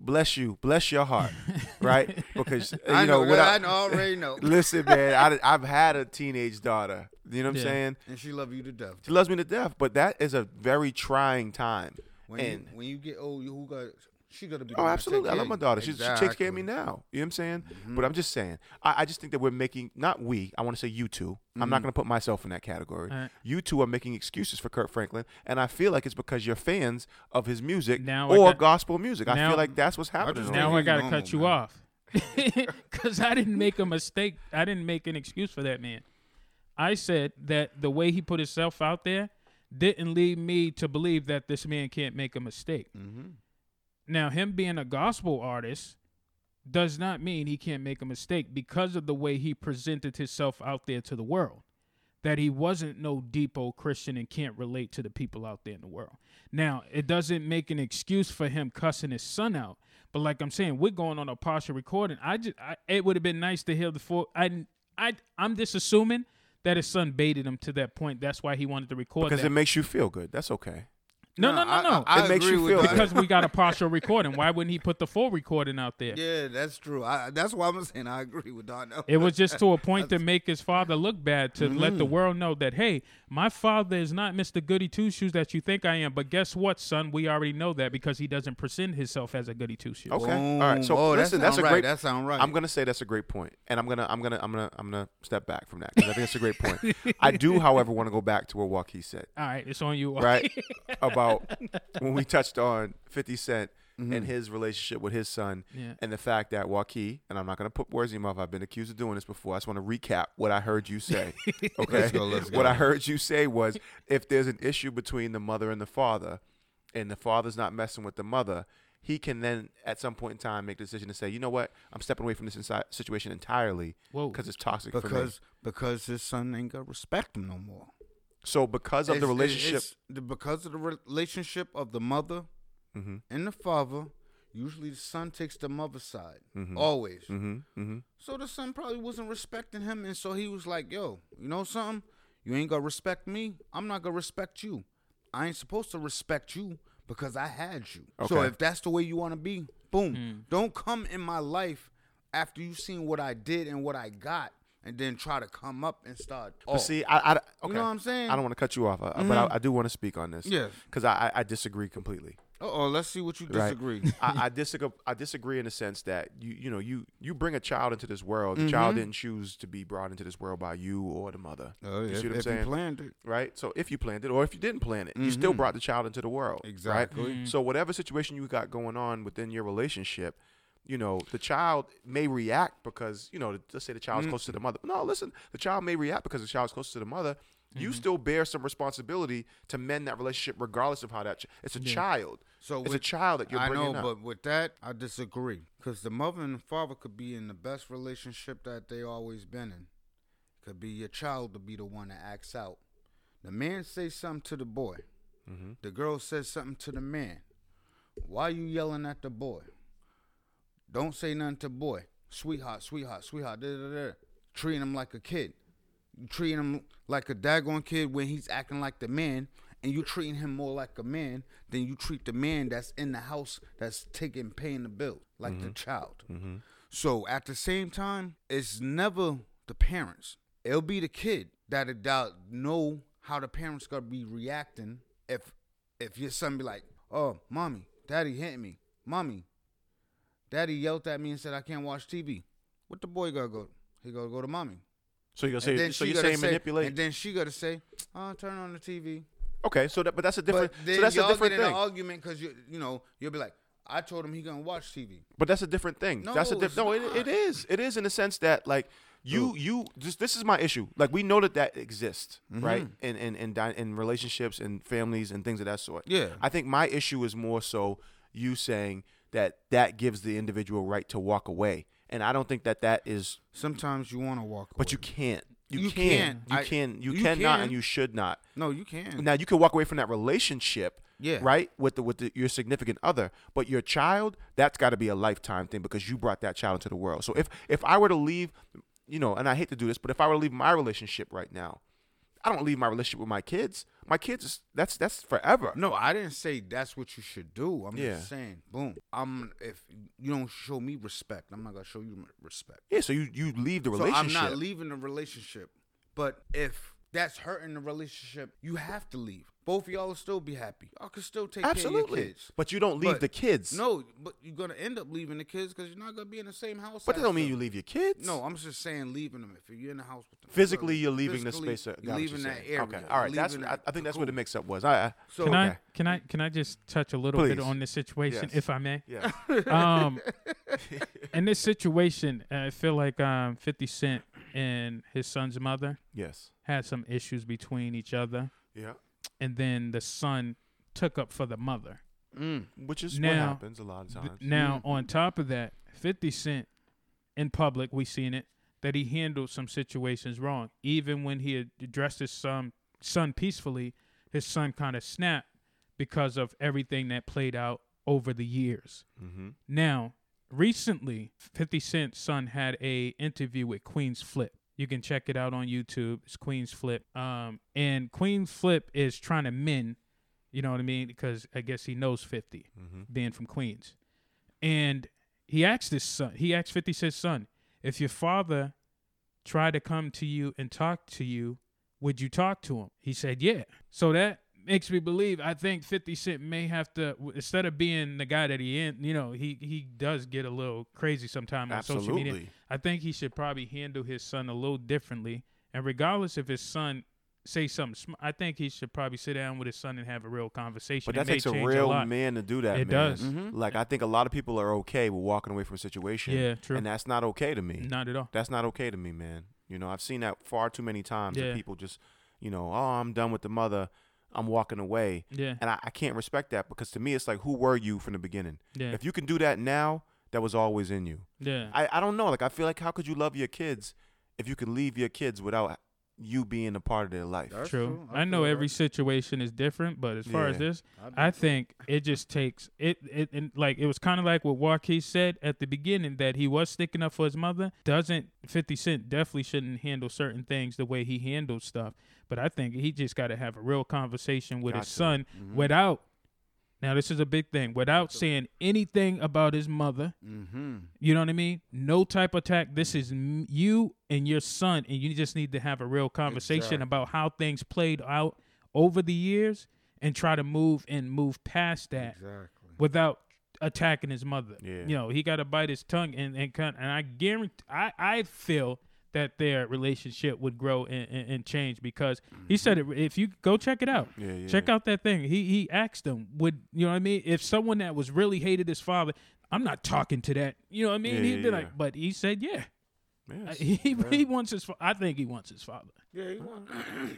Speaker 2: bless you, bless your heart,
Speaker 1: (laughs)
Speaker 2: right? Because you
Speaker 3: (laughs) I know,
Speaker 2: what
Speaker 3: I, know,
Speaker 2: (laughs)
Speaker 3: already know,
Speaker 2: Listen, man, I, have had a teenage daughter. You know what I'm
Speaker 1: Yeah.
Speaker 2: saying?
Speaker 3: and she love you to death.
Speaker 2: She loves me to death, but that is a very trying time.
Speaker 3: When
Speaker 2: and
Speaker 3: you, when you get old, you who got she gonna be. the
Speaker 2: oh,
Speaker 3: one to
Speaker 2: absolutely,
Speaker 3: take
Speaker 2: I
Speaker 3: care
Speaker 2: love
Speaker 3: of
Speaker 2: my
Speaker 3: you.
Speaker 2: daughter. She, she takes care of
Speaker 3: Exactly. Mm-hmm.
Speaker 2: me now. You know what I'm saying? But I'm just saying, I, I just think that we're making not we. I want to say you 2 i I'm not
Speaker 3: Mm-hmm.
Speaker 2: going to put myself in that category.
Speaker 1: All right.
Speaker 2: You two are making excuses for Kurt Franklin, and I feel like it's because you're fans of his music
Speaker 1: Now I
Speaker 2: or
Speaker 1: got-
Speaker 2: gospel music. I
Speaker 1: now-
Speaker 2: feel like that's what's happening.
Speaker 3: just
Speaker 2: right
Speaker 3: think
Speaker 1: Now
Speaker 2: now.
Speaker 1: I
Speaker 3: he's
Speaker 1: gotta
Speaker 3: normal,
Speaker 1: cut you
Speaker 3: man.
Speaker 1: off (laughs) because I didn't make a mistake. I didn't make an excuse for that man. I said that the way he put himself out there didn't lead me to believe that this man can't make a mistake.
Speaker 3: Mm-hmm.
Speaker 1: Now, him being a gospel artist does not mean he can't make a mistake because of the way he presented himself out there to the world. That he wasn't no depot Christian and can't relate to the people out there in the world. Now, it doesn't make an excuse for him cussing his son out. But like I'm saying, we're going on a partial recording. I just, I, it would have been nice to hear the full. I, I, I'm just assuming that his son baited him to that point. That's why he wanted to record
Speaker 2: because
Speaker 1: that.
Speaker 2: it makes you feel good. That's okay.
Speaker 1: no, no, no,
Speaker 3: I-
Speaker 1: no.
Speaker 3: I, I
Speaker 2: It makes
Speaker 3: agree
Speaker 2: you
Speaker 3: with
Speaker 2: feel
Speaker 3: that.
Speaker 1: because we got a partial recording. Why wouldn't he put the full recording out there?
Speaker 3: Yeah, that's true. I, that's why I'm saying I agree with Donnell.
Speaker 1: It was just to a point to make his father look bad, to let
Speaker 2: Mm.
Speaker 1: the world know that, hey, my father is not Mr. Goody Two Shoes that you think I am. But guess what, son? We already know that because he doesn't present himself as a Goody Two Shoes.
Speaker 2: Okay. All right. So
Speaker 3: Boom. Oh, that
Speaker 2: listen, that's
Speaker 3: sound
Speaker 2: a
Speaker 3: right.
Speaker 2: great.
Speaker 3: That sound right.
Speaker 2: I'm gonna say that's a great point, and I'm gonna I'm gonna I'm gonna I'm gonna step back from that because I think it's a great point. I do, however, want to go back to what Joaquin said,
Speaker 1: All right, it's on
Speaker 3: (laughs)
Speaker 1: you.
Speaker 2: right? (laughs) About when we touched on 50 cent
Speaker 3: Mm-hmm.
Speaker 2: and his relationship with his son,
Speaker 1: Yeah.
Speaker 2: and the fact that Joaquin and I'm not gonna put words in your mouth. I've been accused of doing this before. I just want to recap what I heard you say. Okay.
Speaker 3: go, (laughs) let's
Speaker 2: What
Speaker 3: go.
Speaker 2: I heard you say was if there's an issue between the mother and the father, and the father's not messing with the mother, he can then at some point in time make a decision to say, you know what, I'm stepping away from this insi- situation entirely
Speaker 1: Whoa.
Speaker 2: because it's toxic for me.
Speaker 3: because because his son ain't gonna respect him no more.
Speaker 2: So because of the
Speaker 3: It's- it's-
Speaker 2: relationship,
Speaker 3: it's the- because of the relationship of the mother
Speaker 2: Mhm.
Speaker 3: and the father, usually the son takes the mother's side always.
Speaker 2: mm-hmm, mm-hmm.
Speaker 3: So the son probably wasn't respecting him, and so he was like, "Yo, you know something? You ain't gonna respect me. I'm not gonna respect you. I ain't supposed to respect you because I had you. So
Speaker 2: Okay.
Speaker 3: if that's the way you want to be, boom. Don't come in my life after you seen what I did and what I got, and then try to come up and start. Oh,
Speaker 2: But see, I, I okay.
Speaker 3: You know what I'm saying? Mm-hmm.
Speaker 2: I don't want to cut you off, uh, but I, I do want to speak on this.
Speaker 3: Yes.
Speaker 2: because I, I I disagree completely.
Speaker 3: oh, let's see what you
Speaker 2: right?
Speaker 3: disagree.
Speaker 2: I, I disagree. I disagree in the sense that you you know you you bring a child into this world. The
Speaker 3: Mm-hmm.
Speaker 2: child didn't choose to be brought into this world by you or the mother.
Speaker 3: Oh,
Speaker 2: you
Speaker 3: if,
Speaker 2: see what I'm
Speaker 3: if you
Speaker 2: saying?
Speaker 3: planned it,
Speaker 2: right? So if you planned it, or if you didn't plan it, you still brought the child into the world. right?
Speaker 3: Mm-hmm. Exactly.
Speaker 2: So whatever situation you got going on within your relationship, you know, the child may react because you know, let's say the child's close
Speaker 3: Mm-hmm.
Speaker 2: to the mother. No, listen, the child may react because the child's close to the mother. You still bear some responsibility to mend that relationship, regardless of how that. Ch- it's a child.
Speaker 3: So
Speaker 2: it's a
Speaker 3: with-
Speaker 2: child that you're
Speaker 3: I
Speaker 2: bringing
Speaker 3: know,
Speaker 2: up.
Speaker 3: but with that, I disagree because the mother and the father could be in the best relationship that they always been in. Could be your child to be the one that acts out. The man says something to the boy. The girl says something to the man. Why you yelling at the boy? Don't say nothing to boy. Sweetheart, sweetheart, sweetheart. Da, da, da. Treating him like a kid. You treating him like a daggone kid when he's acting like the man, and you treating him more like a man than you treat the man that's in the house that's taking paying the bill like the child. So at the same time, it's never the parents. It'll be the kid that'll doubt know how the parents gonna be reacting if if your son be like, "Oh, mommy, daddy hit me, mommy, daddy yelled at me and said I can't watch TV." What the boy gotta go? He gotta go to mommy.
Speaker 2: So you're
Speaker 3: And
Speaker 2: gonna say
Speaker 3: then
Speaker 2: so
Speaker 3: she
Speaker 2: you're
Speaker 3: gotta
Speaker 2: saying
Speaker 3: say-
Speaker 2: manipulate.
Speaker 3: And then she got to say, "Oh, turn on the TV."
Speaker 2: okay, so that but that's a different
Speaker 3: but then
Speaker 2: so that's
Speaker 3: y'all
Speaker 2: a different
Speaker 3: get in
Speaker 2: thing.
Speaker 3: an argument because you you know you'll be like, "I told him he gonna watch TV."
Speaker 2: But that's a different thing. that's a
Speaker 3: No,
Speaker 2: diff-
Speaker 3: it's
Speaker 2: no. It, it
Speaker 3: not.
Speaker 2: is. It is in the sense that like you you just this is my issue. Like we know that that exists, right? In in in di- in relationships and families and things of that sort.
Speaker 3: Yeah.
Speaker 2: I think my issue is more so you saying that that gives the individual right to walk away, and I don't think that that is.
Speaker 3: Sometimes you want to walk, away.
Speaker 2: But you can't. You,
Speaker 3: You
Speaker 2: can.
Speaker 3: can.
Speaker 2: You
Speaker 3: I-
Speaker 2: can. You,
Speaker 3: you
Speaker 2: cannot,
Speaker 3: can.
Speaker 2: and you should not.
Speaker 3: no, you
Speaker 2: (laughs)
Speaker 3: can.
Speaker 2: Now you can walk away from that relationship,
Speaker 3: Yeah.
Speaker 2: right, with the with the, your significant other, but your child, that's got to be a lifetime thing because you brought that child into the world. So if if I were to leave, you know, and I hate to do this, but if I were to leave my relationship right now, I don't leave my relationship with my kids. My kids, is- that's that's forever.
Speaker 3: No, I didn't say that's what you should do. I'm
Speaker 2: Yeah.
Speaker 3: just saying, boom. I'm if you don't show me respect, I'm not gonna show you respect.
Speaker 2: Yeah, so you you leave the
Speaker 3: So I'm
Speaker 2: relationship.
Speaker 3: not leaving the relationship. But if that's hurting the relationship, you have to leave. Both of y'all will still be happy. Y'all can still take care of your
Speaker 2: Absolutely,
Speaker 3: kids.
Speaker 2: but you don't leave
Speaker 3: But-
Speaker 2: the kids.
Speaker 3: No, but you're gonna end up leaving the kids because you're not gonna be in the same house.
Speaker 2: but that don't mean you
Speaker 3: after.
Speaker 2: leave your kids.
Speaker 3: No, I'm just saying leaving them. If you're in the house with them,
Speaker 2: Physically,
Speaker 3: so
Speaker 2: you're leaving the
Speaker 3: physically,
Speaker 2: space. I got
Speaker 3: You're
Speaker 2: what
Speaker 3: leaving
Speaker 2: you're
Speaker 3: that
Speaker 2: saying.
Speaker 3: area.
Speaker 2: Okay, all right. That's
Speaker 3: leaving
Speaker 2: I,
Speaker 3: that-
Speaker 2: I think that's where the mix-up was. I, I
Speaker 3: So
Speaker 1: Can
Speaker 2: Okay.
Speaker 1: I can I can I just touch a little bit
Speaker 2: Please.
Speaker 1: on this situation,
Speaker 2: Yes.
Speaker 1: if I
Speaker 2: (laughs)
Speaker 1: may?
Speaker 2: yeah. (laughs)
Speaker 3: (laughs)
Speaker 1: Um, in this situation, I feel like um, Fifty Cent and his son's mother
Speaker 2: yes.
Speaker 1: had some issues between each other,
Speaker 2: Yeah.
Speaker 1: and then the son took up for the mother.
Speaker 3: Mm.
Speaker 2: Which is what
Speaker 1: Now-
Speaker 2: happens a lot of
Speaker 1: Th-
Speaker 2: times.
Speaker 1: Now, on top of that, 50 Cent in public, we seen it, that he handled some situations wrong. Even when he had addressed his son, son peacefully, his son kind of snapped because of everything that played out over the years.
Speaker 2: mm-hmm.
Speaker 1: Now, recently, 50 Cent's son had a interview with Queen's Flip. You can check it out on YouTube. It's Queen's Flip. Um, and Queen's Flip is trying to mend, you know what I mean? Because I guess he knows 50 being from Queens. And he asked his son, he asked 50 Cent's son, if your father tried to come to you and talk to you, would you talk to him? He said, yeah. So that makes me believe I think 50 Cent may have to, w- instead of being the guy that he is, you know, he, he does get a little crazy sometimes on social media.
Speaker 2: Absolutely.
Speaker 1: I think he should probably handle his son a little differently. And regardless if his son say something, sm- I think he should probably sit down with his son and have a real conversation.
Speaker 2: But
Speaker 1: It
Speaker 2: that
Speaker 1: may
Speaker 2: takes a
Speaker 1: change
Speaker 2: real
Speaker 1: lot.
Speaker 2: man to do that.
Speaker 1: It
Speaker 2: man.
Speaker 1: does.
Speaker 2: Like I think a lot of people are okay with walking away from a situation.
Speaker 1: Yeah, true.
Speaker 2: And that's not okay to me.
Speaker 1: Not at all.
Speaker 2: That's not okay to me, man. You know, I've seen that far too many times. that
Speaker 1: Yeah.
Speaker 2: people just, you know, oh, I'm done with the mother. I'm walking away.
Speaker 1: Yeah.
Speaker 2: And I, I can't respect that because to me, it's like, who were you from the beginning?
Speaker 1: Yeah.
Speaker 2: If you can do that now, that was always in you.
Speaker 1: Yeah.
Speaker 2: I, I don't know. Like I feel like how could you love your kids if you could leave your kids without you being a part of their life?
Speaker 3: That's
Speaker 1: True.
Speaker 3: I
Speaker 1: I know
Speaker 3: feel
Speaker 1: every
Speaker 3: that.
Speaker 1: situation is different, but as far as
Speaker 2: Yeah.
Speaker 1: this, I think it just takes it. It and like it was kind of like what Joaquin said at the beginning that he was sticking up for his mother. Doesn't Fifty Cent definitely shouldn't handle certain things the way he handled stuff. But I think he just got to have a real conversation with his
Speaker 2: Gotcha.
Speaker 1: son without. Now this is a big thing. Without saying anything about his mother,
Speaker 3: Mhm.
Speaker 1: you know what I mean? No type of attack. This is m- you and your son, and you just need to have a real conversation
Speaker 3: Exactly.
Speaker 1: about how things played out over the years and try to move and move past that
Speaker 3: Exactly.
Speaker 1: without attacking his mother.
Speaker 2: Yeah.
Speaker 1: You know, he got to bite his tongue, and and kind and I guarantee, I I feel that their relationship would grow and, and, and change because he said it. If you go check it out,
Speaker 2: Yeah, yeah.
Speaker 1: check out that thing. He he asked him, would you know what I mean? If someone that was really hated his father, I'm not talking to that. You know what I mean?
Speaker 2: Yeah,
Speaker 1: He'd
Speaker 2: yeah,
Speaker 1: be
Speaker 2: yeah.
Speaker 1: like, but he said, yeah. (laughs)
Speaker 2: Yes.
Speaker 1: He, he wants his. fa- I think he wants his father.
Speaker 3: Yeah, he, want, (clears throat)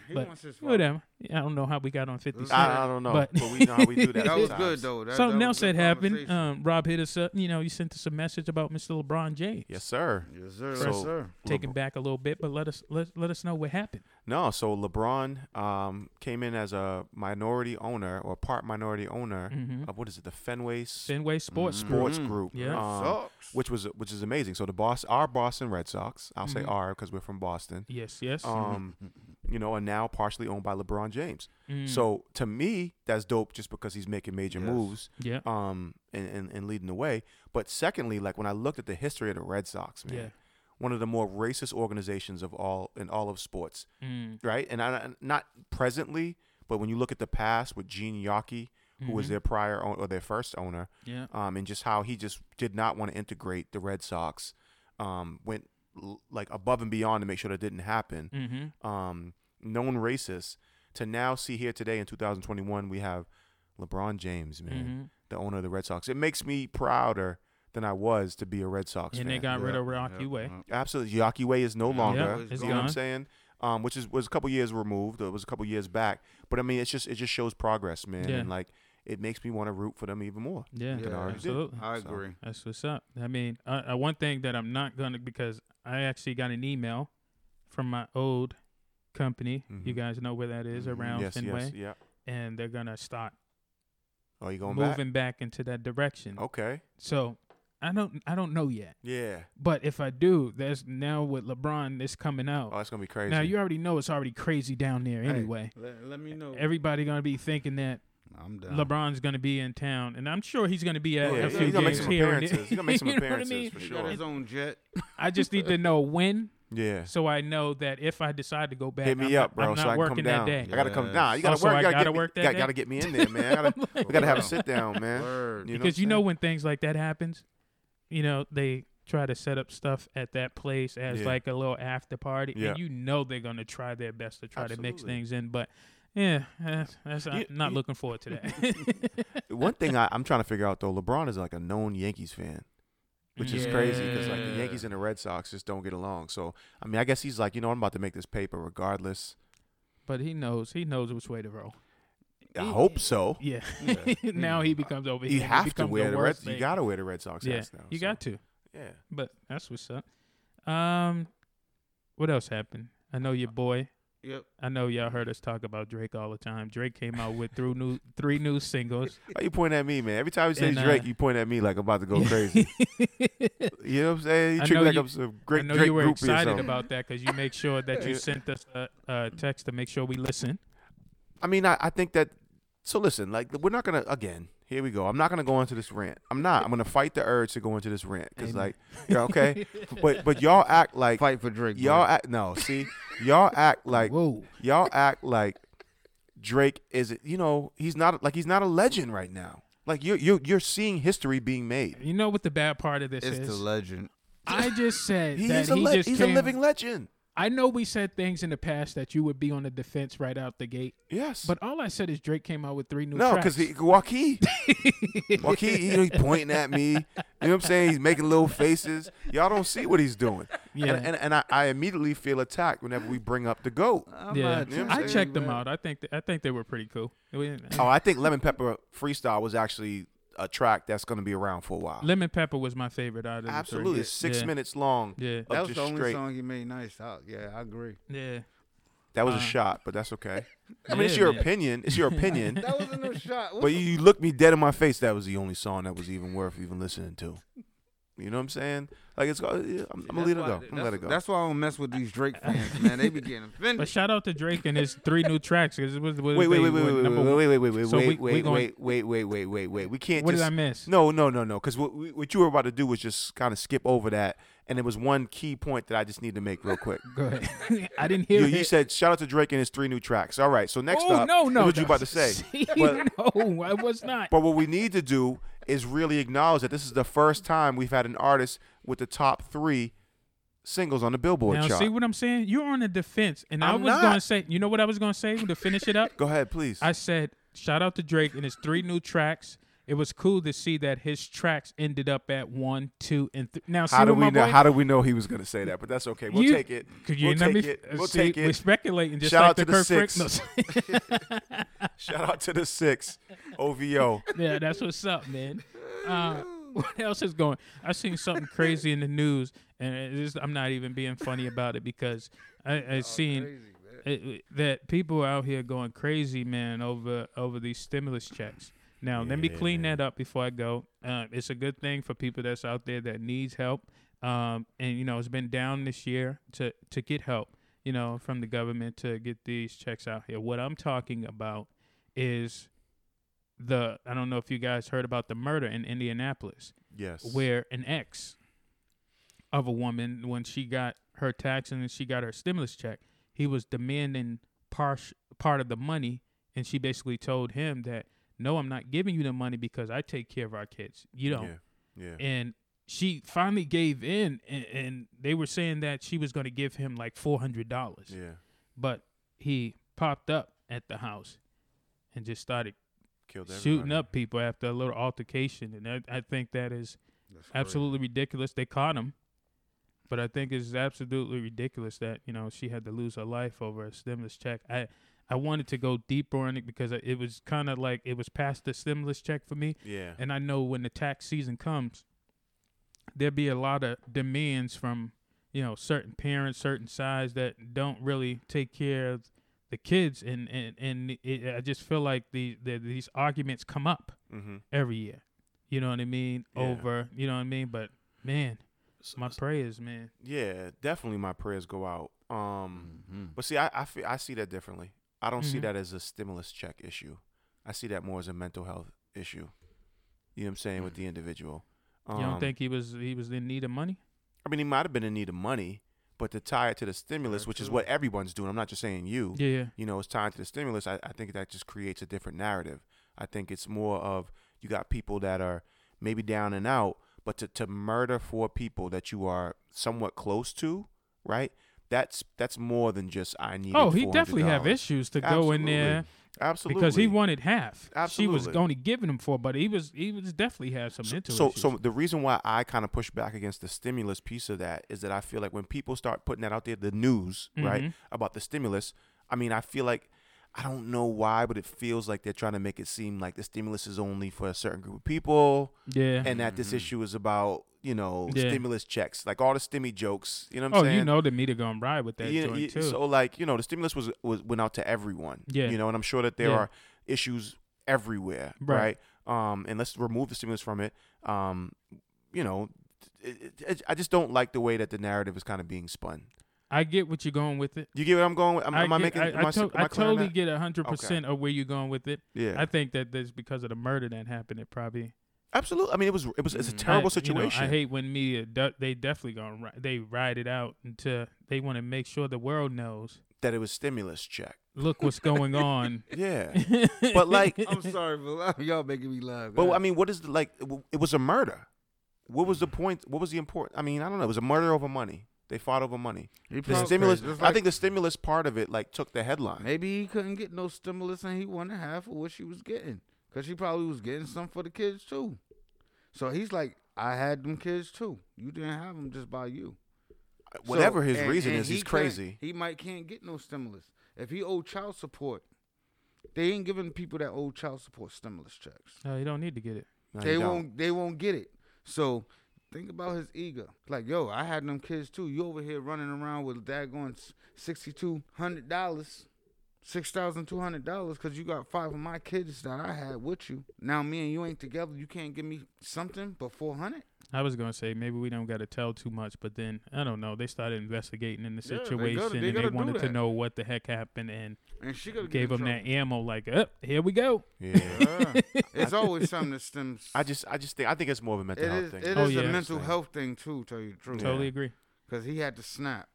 Speaker 3: he
Speaker 1: But
Speaker 3: wants his father.
Speaker 1: whatever. I don't know how we got on Fifty Cent.
Speaker 3: (laughs)
Speaker 2: I, I don't know,
Speaker 1: But-
Speaker 2: but, we know how we do that.
Speaker 3: That was
Speaker 2: sometimes.
Speaker 3: good though. That,
Speaker 1: Something
Speaker 3: that
Speaker 1: else
Speaker 3: was a
Speaker 1: that
Speaker 3: good
Speaker 1: happened.
Speaker 3: conversation.
Speaker 1: Um, Rob hit us up. You know, you sent us a message about Mr. LeBron James.
Speaker 2: Yes, sir.
Speaker 3: yes, sir.
Speaker 2: So-
Speaker 3: yes, sir.
Speaker 1: taken back a little bit, but let us let, let us know what happened.
Speaker 2: No, so LeBron um, came in as a minority owner or part minority owner
Speaker 3: Mm-hmm.
Speaker 2: of what is it, the Fenway S-
Speaker 1: Fenway Sports Group.
Speaker 2: Sports Group,
Speaker 1: Yeah.
Speaker 2: um,
Speaker 3: Sox.
Speaker 2: which was which is amazing. So the boss, our Boston Red Sox, I'll
Speaker 3: Mm-hmm.
Speaker 2: say our because we're from Boston.
Speaker 1: Yes, yes.
Speaker 2: Um, you know, are now partially owned by LeBron James.
Speaker 1: Mm,
Speaker 2: So to me, that's dope, just because he's making major
Speaker 3: Mm. Yes.
Speaker 2: moves.
Speaker 1: yeah.
Speaker 2: um and, and, and leading the way. But secondly, like when I looked at the history of the Red Sox, man,
Speaker 1: Yeah.
Speaker 2: one of the more racist organizations of all in all of sports,
Speaker 1: Mm.
Speaker 2: right? And I not presently, but when you look at the past with Gene Yawkey, who was their prior own, or their first owner,
Speaker 1: Yeah.
Speaker 2: um, and just how he just did not want to integrate the Red Sox, um, went l- like above and beyond to make sure that didn't happen.
Speaker 1: Mm-hmm.
Speaker 2: Um, known racist to now see here today in 2021 we have LeBron James, man,
Speaker 1: Mhm.
Speaker 2: the owner of the Red Sox. It makes me prouder than I was to be a Red Sox
Speaker 1: And
Speaker 2: fan.
Speaker 1: they got rid
Speaker 3: Yeah,
Speaker 1: of Rocky
Speaker 3: yeah,
Speaker 1: Way.
Speaker 3: yeah.
Speaker 2: Absolutely, Yaki Way is no longer.
Speaker 1: it's
Speaker 2: you know what I'm
Speaker 1: gone.
Speaker 2: saying? Um, which is was a couple years removed. It was a couple years back. But I mean, it's just it just shows progress, man.
Speaker 1: Yeah.
Speaker 2: And like it makes me want to root for them even more.
Speaker 1: Yeah,
Speaker 3: Yeah, I did.
Speaker 1: absolutely.
Speaker 3: I
Speaker 2: So-
Speaker 3: agree.
Speaker 1: That's what's up. I mean, uh, uh, one thing that I'm not gonna because I actually got an email from my old company. You
Speaker 2: Mhm.
Speaker 1: guys know where that is,
Speaker 2: Mhm.
Speaker 1: around
Speaker 2: yes,
Speaker 1: Fenway,
Speaker 2: yes, yeah.
Speaker 1: and they're gonna start
Speaker 2: Oh, you going Oh.
Speaker 1: moving back? into that direction.
Speaker 2: back? Okay.
Speaker 1: So I don't I don't know yet,
Speaker 2: Yeah.
Speaker 1: but if I do, there's now with LeBron this coming out.
Speaker 2: Oh, that's gonna be crazy.
Speaker 1: now you already know it's already crazy down there
Speaker 3: Hey,
Speaker 1: anyway.
Speaker 3: Let, let me know.
Speaker 1: Everybody gonna be thinking that
Speaker 3: I'm down.
Speaker 1: LeBron's gonna be in town, and I'm sure he's gonna be at
Speaker 2: Oh, Yeah,
Speaker 1: a few
Speaker 2: he's gonna- he's gonna make
Speaker 1: games
Speaker 2: some
Speaker 1: here. and
Speaker 2: appearances.
Speaker 1: there. (laughs)
Speaker 2: He's gonna make some
Speaker 1: You know what I
Speaker 2: appearances
Speaker 1: mean?
Speaker 2: for
Speaker 3: He
Speaker 2: sure.
Speaker 3: got his own jet.
Speaker 1: I just need to know when,
Speaker 2: yeah.
Speaker 1: so I know that if I decide to go back,
Speaker 2: Hit me
Speaker 1: I'm
Speaker 2: up, bro,
Speaker 1: Not, I'm
Speaker 2: so
Speaker 1: not
Speaker 2: I can
Speaker 1: working
Speaker 2: come down.
Speaker 1: that day.
Speaker 2: I gotta come. Nah, you
Speaker 1: Oh,
Speaker 2: gotta
Speaker 1: so
Speaker 2: work.
Speaker 1: I
Speaker 2: You gotta,
Speaker 1: gotta
Speaker 2: get,
Speaker 1: work that
Speaker 2: me, gotta,
Speaker 1: day?
Speaker 2: gotta get me in there, man. I
Speaker 1: (laughs)
Speaker 2: gotta, (laughs) we gotta have a sit down, man.
Speaker 3: Word.
Speaker 2: You know
Speaker 1: because
Speaker 2: what I'm
Speaker 1: you know
Speaker 2: saying?
Speaker 1: when things like that happens, you know they try to set up stuff at that place as
Speaker 2: Yeah.
Speaker 1: like a little after party,
Speaker 2: Yeah.
Speaker 1: and you know they're gonna try their best to try to mix
Speaker 2: Absolutely.
Speaker 1: things in, but. Yeah, that's, that's
Speaker 2: You-
Speaker 1: I'm not
Speaker 2: you-
Speaker 1: looking forward to
Speaker 2: (laughs)
Speaker 1: that. (laughs)
Speaker 2: One thing I, I'm trying to figure out though, LeBron is like a known Yankees fan, which is crazy because like the
Speaker 3: Yeah.
Speaker 2: Yankees and the Red Sox just don't get along. So I mean, I guess he's like, you know, I'm about to make this paper regardless.
Speaker 1: but he knows he knows which way to roll.
Speaker 2: I hope so.
Speaker 1: Yeah. (laughs) now he becomes over here.
Speaker 2: You
Speaker 1: He
Speaker 2: have to
Speaker 1: becomes
Speaker 2: wear the Red.
Speaker 1: worst
Speaker 2: You
Speaker 1: thing.
Speaker 2: gotta wear the Red Sox
Speaker 1: Yeah,
Speaker 2: hats now.
Speaker 1: you
Speaker 2: so,
Speaker 1: got to.
Speaker 2: Yeah.
Speaker 1: But that's what's up. Um, what else happened? I know your boy.
Speaker 3: Yep.
Speaker 1: I know y'all heard us talk about Drake all the time. Drake came out with three new three new singles.
Speaker 2: Why you point at me, man? Every time you say
Speaker 1: And, uh,
Speaker 2: Drake, you point at me like I'm
Speaker 1: (laughs)
Speaker 2: about to go crazy. you know what I'm saying? You
Speaker 1: I
Speaker 2: treat me
Speaker 1: know
Speaker 2: like
Speaker 1: you-
Speaker 2: I'm some
Speaker 1: I
Speaker 2: great
Speaker 1: know
Speaker 2: Drake
Speaker 1: you were
Speaker 2: groupie or
Speaker 1: excited
Speaker 2: something.
Speaker 1: about that because you make sure that you
Speaker 2: Yeah.
Speaker 1: sent us a, a text to make sure we listen.
Speaker 2: I mean, I, I think that. So listen, like we're not gonna again. Here we go. I'm not gonna go into this rant. I'm not. I'm gonna fight the urge to go into this rant because, like, yeah,
Speaker 1: (laughs)
Speaker 2: okay, but but y'all act like
Speaker 3: Fight for Drake.
Speaker 2: y'all act no. See, y'all act like
Speaker 1: (laughs) Whoa,
Speaker 2: y'all act like Drake is. You know, he's not like he's not a legend right now. Like you you you're seeing history being made.
Speaker 1: you know what the bad part of this
Speaker 3: it's
Speaker 1: is?
Speaker 3: the legend.
Speaker 1: I just said
Speaker 2: He
Speaker 1: that
Speaker 2: is a
Speaker 1: he
Speaker 2: le-
Speaker 1: just
Speaker 2: he's
Speaker 1: came.
Speaker 2: a living legend.
Speaker 1: I know we said things in the past that you would be on the defense right out the gate,
Speaker 2: Yes,
Speaker 1: but all I said is Drake came out with three new.
Speaker 2: No,
Speaker 1: tracks. (laughs)
Speaker 2: because Joaquin, Joaquin, he, he's pointing at me. You know what I'm saying? He's making little faces. Y'all don't see what he's doing.
Speaker 1: Yeah.
Speaker 2: And, and, and I, I immediately feel attacked whenever we bring up the goat.
Speaker 3: I'm
Speaker 1: yeah,
Speaker 3: not trying
Speaker 1: I
Speaker 3: to-
Speaker 1: checked them out. I think th- I think they were pretty cool. We didn't-
Speaker 2: Oh, I think Lemon Pepper Freestyle was actually a track that's going to be around for a while.
Speaker 1: Lemon pepper was my favorite out of the three.
Speaker 2: Absolutely. It's six
Speaker 1: Yeah.
Speaker 2: minutes long.
Speaker 1: Yeah.
Speaker 2: of
Speaker 3: That was
Speaker 2: just
Speaker 3: the only
Speaker 2: straight.
Speaker 3: song he made nice. I, yeah, I agree.
Speaker 1: Yeah,
Speaker 2: That was
Speaker 1: Uh,
Speaker 2: a shot, but
Speaker 1: (laughs)
Speaker 2: that's okay. I mean, it's
Speaker 1: Yeah,
Speaker 2: your
Speaker 1: man.
Speaker 2: opinion. It's
Speaker 1: (laughs)
Speaker 2: your opinion.
Speaker 3: That was
Speaker 2: (laughs)
Speaker 3: a new shot.
Speaker 2: but you, you looked me dead in my face. That was the only song that was even worth even listening to. You know what I'm saying? Like, it's. I'm, I'm going to let it go. I'm going to let it go.
Speaker 3: That's why I don't mess with
Speaker 2: (laughs)
Speaker 3: these Drake fans, man. They be getting
Speaker 1: but
Speaker 3: offended.
Speaker 1: shout out to Drake and his three new tracks. 'cause it was, was
Speaker 2: wait, wait,
Speaker 1: they
Speaker 2: wait, wait,
Speaker 1: were
Speaker 2: wait,
Speaker 1: number one.
Speaker 2: wait, wait, wait, wait,
Speaker 1: So we-
Speaker 2: wait,
Speaker 1: we
Speaker 2: wait,
Speaker 1: going-
Speaker 2: wait, wait, wait, wait, wait, wait. We can't.
Speaker 1: What did
Speaker 2: just,
Speaker 1: I miss?
Speaker 2: No, no, no, no. Because what, we- what you were about to do was just kind of skip over that, and it was one key point that I just need to make
Speaker 1: (laughs)
Speaker 2: real quick.
Speaker 1: Go ahead. I didn't hear
Speaker 2: you,
Speaker 1: it.
Speaker 2: you said shout out to Drake and his three new tracks. All right, so next
Speaker 1: oh
Speaker 2: up,
Speaker 1: no, no,
Speaker 2: what was you
Speaker 1: no.
Speaker 2: about to
Speaker 1: (laughs)
Speaker 2: say?
Speaker 1: See,
Speaker 2: But-
Speaker 1: no, I was not.
Speaker 2: But what we need to do is really acknowledge that this is the first time we've had an artist with the top three singles on the Billboard
Speaker 1: Now
Speaker 2: chart.
Speaker 1: see what I'm saying? You're on the defense, and I
Speaker 2: I'm
Speaker 1: was
Speaker 2: not.
Speaker 1: going to say, you know what I was going to say to finish it up?
Speaker 2: (laughs) Go ahead, please.
Speaker 1: I said, shout out to Drake and his three new tracks. It was cool to see that his tracks ended up at one, two, and three. Now, see
Speaker 2: how do
Speaker 1: what
Speaker 2: we
Speaker 1: my
Speaker 2: know?
Speaker 1: boy-
Speaker 2: How do we know he was going to say that? But that's okay. We'll
Speaker 1: You-
Speaker 2: take it.
Speaker 1: Could you
Speaker 2: We'll
Speaker 1: let
Speaker 2: take
Speaker 1: me-
Speaker 2: it. We'll
Speaker 1: see,
Speaker 2: take
Speaker 1: We're
Speaker 2: it.
Speaker 1: speculating, just
Speaker 2: Shout
Speaker 1: like
Speaker 2: out
Speaker 1: the
Speaker 2: to the
Speaker 1: Kurt Frick-
Speaker 2: six.
Speaker 1: no, (laughs)
Speaker 2: Shout out to the six, OVO.
Speaker 1: yeah, that's what's up, man. Uh, what else is going? I seen something crazy in the news, and it is, I'm not even being funny about it because
Speaker 3: Oh,
Speaker 1: I, I seen it- it- that people are out here going crazy, man, over over these stimulus checks. Now, let me clean that up before I go. Uh, it's a good thing for people that's out there that needs help, um, and you know it's been down this year to to get help, you know, from the government to get these checks out here. What I'm talking about is the I don't know if you guys heard about the murder in Indianapolis
Speaker 2: Yes.
Speaker 1: where an ex of a woman when she got her tax and she got her stimulus check he was demanding part part of the money and she basically told him that no i'm not giving you the money because i take care of our kids you don't
Speaker 2: Yeah. Yeah.
Speaker 1: and she finally gave in, and, and they were saying that she was going to give him like four hundred dollars.
Speaker 2: Yeah.
Speaker 1: But he popped up at the house and just started
Speaker 2: Killed
Speaker 1: shooting up people after a little altercation, and I, I think that is absolutely ridiculous. They caught him, but I think it's absolutely ridiculous that you know she had to lose her life over a stimulus check. I I wanted to go deeper on it because it was kind of like it was past the stimulus check for me,
Speaker 2: Yeah.
Speaker 1: and I know when the tax season comes, there'll be a lot of demands from you know certain parents, certain sides that don't really take care of the kids, and and and it, I just feel like the, the these arguments come up
Speaker 2: Mm-hmm.
Speaker 1: every year. You know what I mean?
Speaker 2: Yeah.
Speaker 1: Over, you know what I mean? But man, my prayers, man.
Speaker 2: Yeah, definitely my prayers go out. Um,
Speaker 3: Mm-hmm.
Speaker 2: but see, I I, feel, I see that differently. I don't see
Speaker 1: Mhm.
Speaker 2: that as a stimulus check issue. I see that more as a mental health issue. You know what I'm saying with the individual. Um,
Speaker 1: You don't think he was he was in need of money?
Speaker 2: I mean, he might have been in need of money, but to tie it to the stimulus,
Speaker 3: Yeah,
Speaker 2: which is
Speaker 3: true.
Speaker 2: what everyone's doing. I'm not just saying you.
Speaker 1: Yeah.
Speaker 2: You know, it's tied to the stimulus. I, I think that just creates a different narrative. I think it's more of you got people that are maybe down and out, but to, to murder four people that you are somewhat close to, right? That's that's more than just I need.
Speaker 1: Oh, he definitely have issues to go in
Speaker 2: Absolutely.
Speaker 1: there
Speaker 2: Absolutely.
Speaker 1: because he wanted half. She was
Speaker 2: Absolutely.
Speaker 1: only giving him four, but he was he was definitely had some
Speaker 2: so,
Speaker 1: mental
Speaker 2: so,
Speaker 1: issues.
Speaker 2: so the reason why I kind of push back against the stimulus piece of that is that I feel like when people start putting that out there, the news, right,
Speaker 1: Mhm.
Speaker 2: about the stimulus, I mean, I feel like I don't know why, but it feels like they're trying to make it seem like the stimulus is only for a certain group of people,
Speaker 1: yeah. Mm-hmm.
Speaker 2: and that this issue is about you know
Speaker 1: Yeah.
Speaker 2: stimulus checks, like all the stimmy jokes. You know what I'm
Speaker 1: oh,
Speaker 2: saying?
Speaker 1: you know the media gonna ride with that
Speaker 2: Yeah,
Speaker 1: joint
Speaker 2: yeah,
Speaker 1: too.
Speaker 2: So like you know, the stimulus was was went out to everyone.
Speaker 1: Yeah.
Speaker 2: You know, and I'm sure that there
Speaker 1: Yeah.
Speaker 2: are issues everywhere, right?
Speaker 1: Right.
Speaker 2: Um, and let's remove the stimulus from it. Um, you know, it, it, I just don't like the way that the narrative is kind of being spun.
Speaker 1: I get what you're going with it.
Speaker 2: You get what I'm going with? Am, am I,
Speaker 1: get-
Speaker 2: making?
Speaker 1: I,
Speaker 2: am
Speaker 1: I
Speaker 2: I,
Speaker 1: to-
Speaker 2: am
Speaker 1: I
Speaker 2: I clear on
Speaker 1: totally
Speaker 2: that?
Speaker 1: get hundred percent of where you're going with it.
Speaker 2: Yeah,
Speaker 1: I think that that's because of the murder that happened. It probably
Speaker 2: absolutely. I mean, it was it was it's a
Speaker 3: Mhm.
Speaker 2: terrible
Speaker 1: Mm-hmm. Mm, I- you know,
Speaker 2: situation.
Speaker 1: I hate when media de- they definitely gonna ri- they ride it out until they want to make sure the world knows.
Speaker 2: that it was stimulus
Speaker 1: (laughs)
Speaker 2: check.
Speaker 1: Look what's going on.
Speaker 2: (laughs) Yeah,
Speaker 1: (laughs)
Speaker 2: but like,
Speaker 3: I'm sorry, but (laughs) y'all making me laugh.
Speaker 2: but I mean, what is the like? It was a murder. What was the point? What was the important? I mean, I don't know. It was a murder over money. They fought over money.
Speaker 3: He
Speaker 2: The
Speaker 3: probably-
Speaker 2: stimulus.
Speaker 3: just
Speaker 2: I
Speaker 3: like-
Speaker 2: think the stimulus part of it like took the headline.
Speaker 3: maybe he couldn't get no stimulus and he wanted half of what she was getting because she probably was getting some for the kids too. So he's like, I had them kids too. You didn't have them just by you.
Speaker 2: Uh, Whatever
Speaker 3: So-
Speaker 2: his
Speaker 3: and-
Speaker 2: reason
Speaker 3: and
Speaker 2: is,
Speaker 3: he
Speaker 2: he's
Speaker 3: can't-
Speaker 2: crazy.
Speaker 3: He might can't get no stimulus if he owe child support. They ain't giving people that owe child support stimulus checks.
Speaker 1: no, Oh, you don't need to get it.
Speaker 2: No,
Speaker 3: they
Speaker 2: you don't.
Speaker 3: won't. They won't get it. So think about his ego. Like, yo, I had them kids too. You over here running around with daggone sixty two hundred dollars, six thousand two hundred dollars, because you got five of my kids that I had with you. Now me and you ain't together. You can't give me something but four hundred.
Speaker 1: I was gonna say maybe we don't got to tell too much, but then I don't know. They started investigating in the
Speaker 3: Yeah, they gotta-
Speaker 1: situation,
Speaker 3: they
Speaker 1: and they
Speaker 3: gotta do
Speaker 1: wanted to
Speaker 3: that.
Speaker 1: know what the heck happened, and
Speaker 3: And she could
Speaker 1: gave them that ammo. Like, up here we go.
Speaker 2: Yeah. (laughs)
Speaker 3: it's always something that stems.
Speaker 2: I just, I just think, I think it's more of a
Speaker 3: it
Speaker 2: mental health
Speaker 3: is.
Speaker 2: thing.
Speaker 3: It is
Speaker 1: Oh,
Speaker 3: a
Speaker 1: yeah.
Speaker 3: mental
Speaker 2: Thing.
Speaker 3: health thing too. Tell you the truth,
Speaker 1: Totally agree.
Speaker 3: because he had to snap.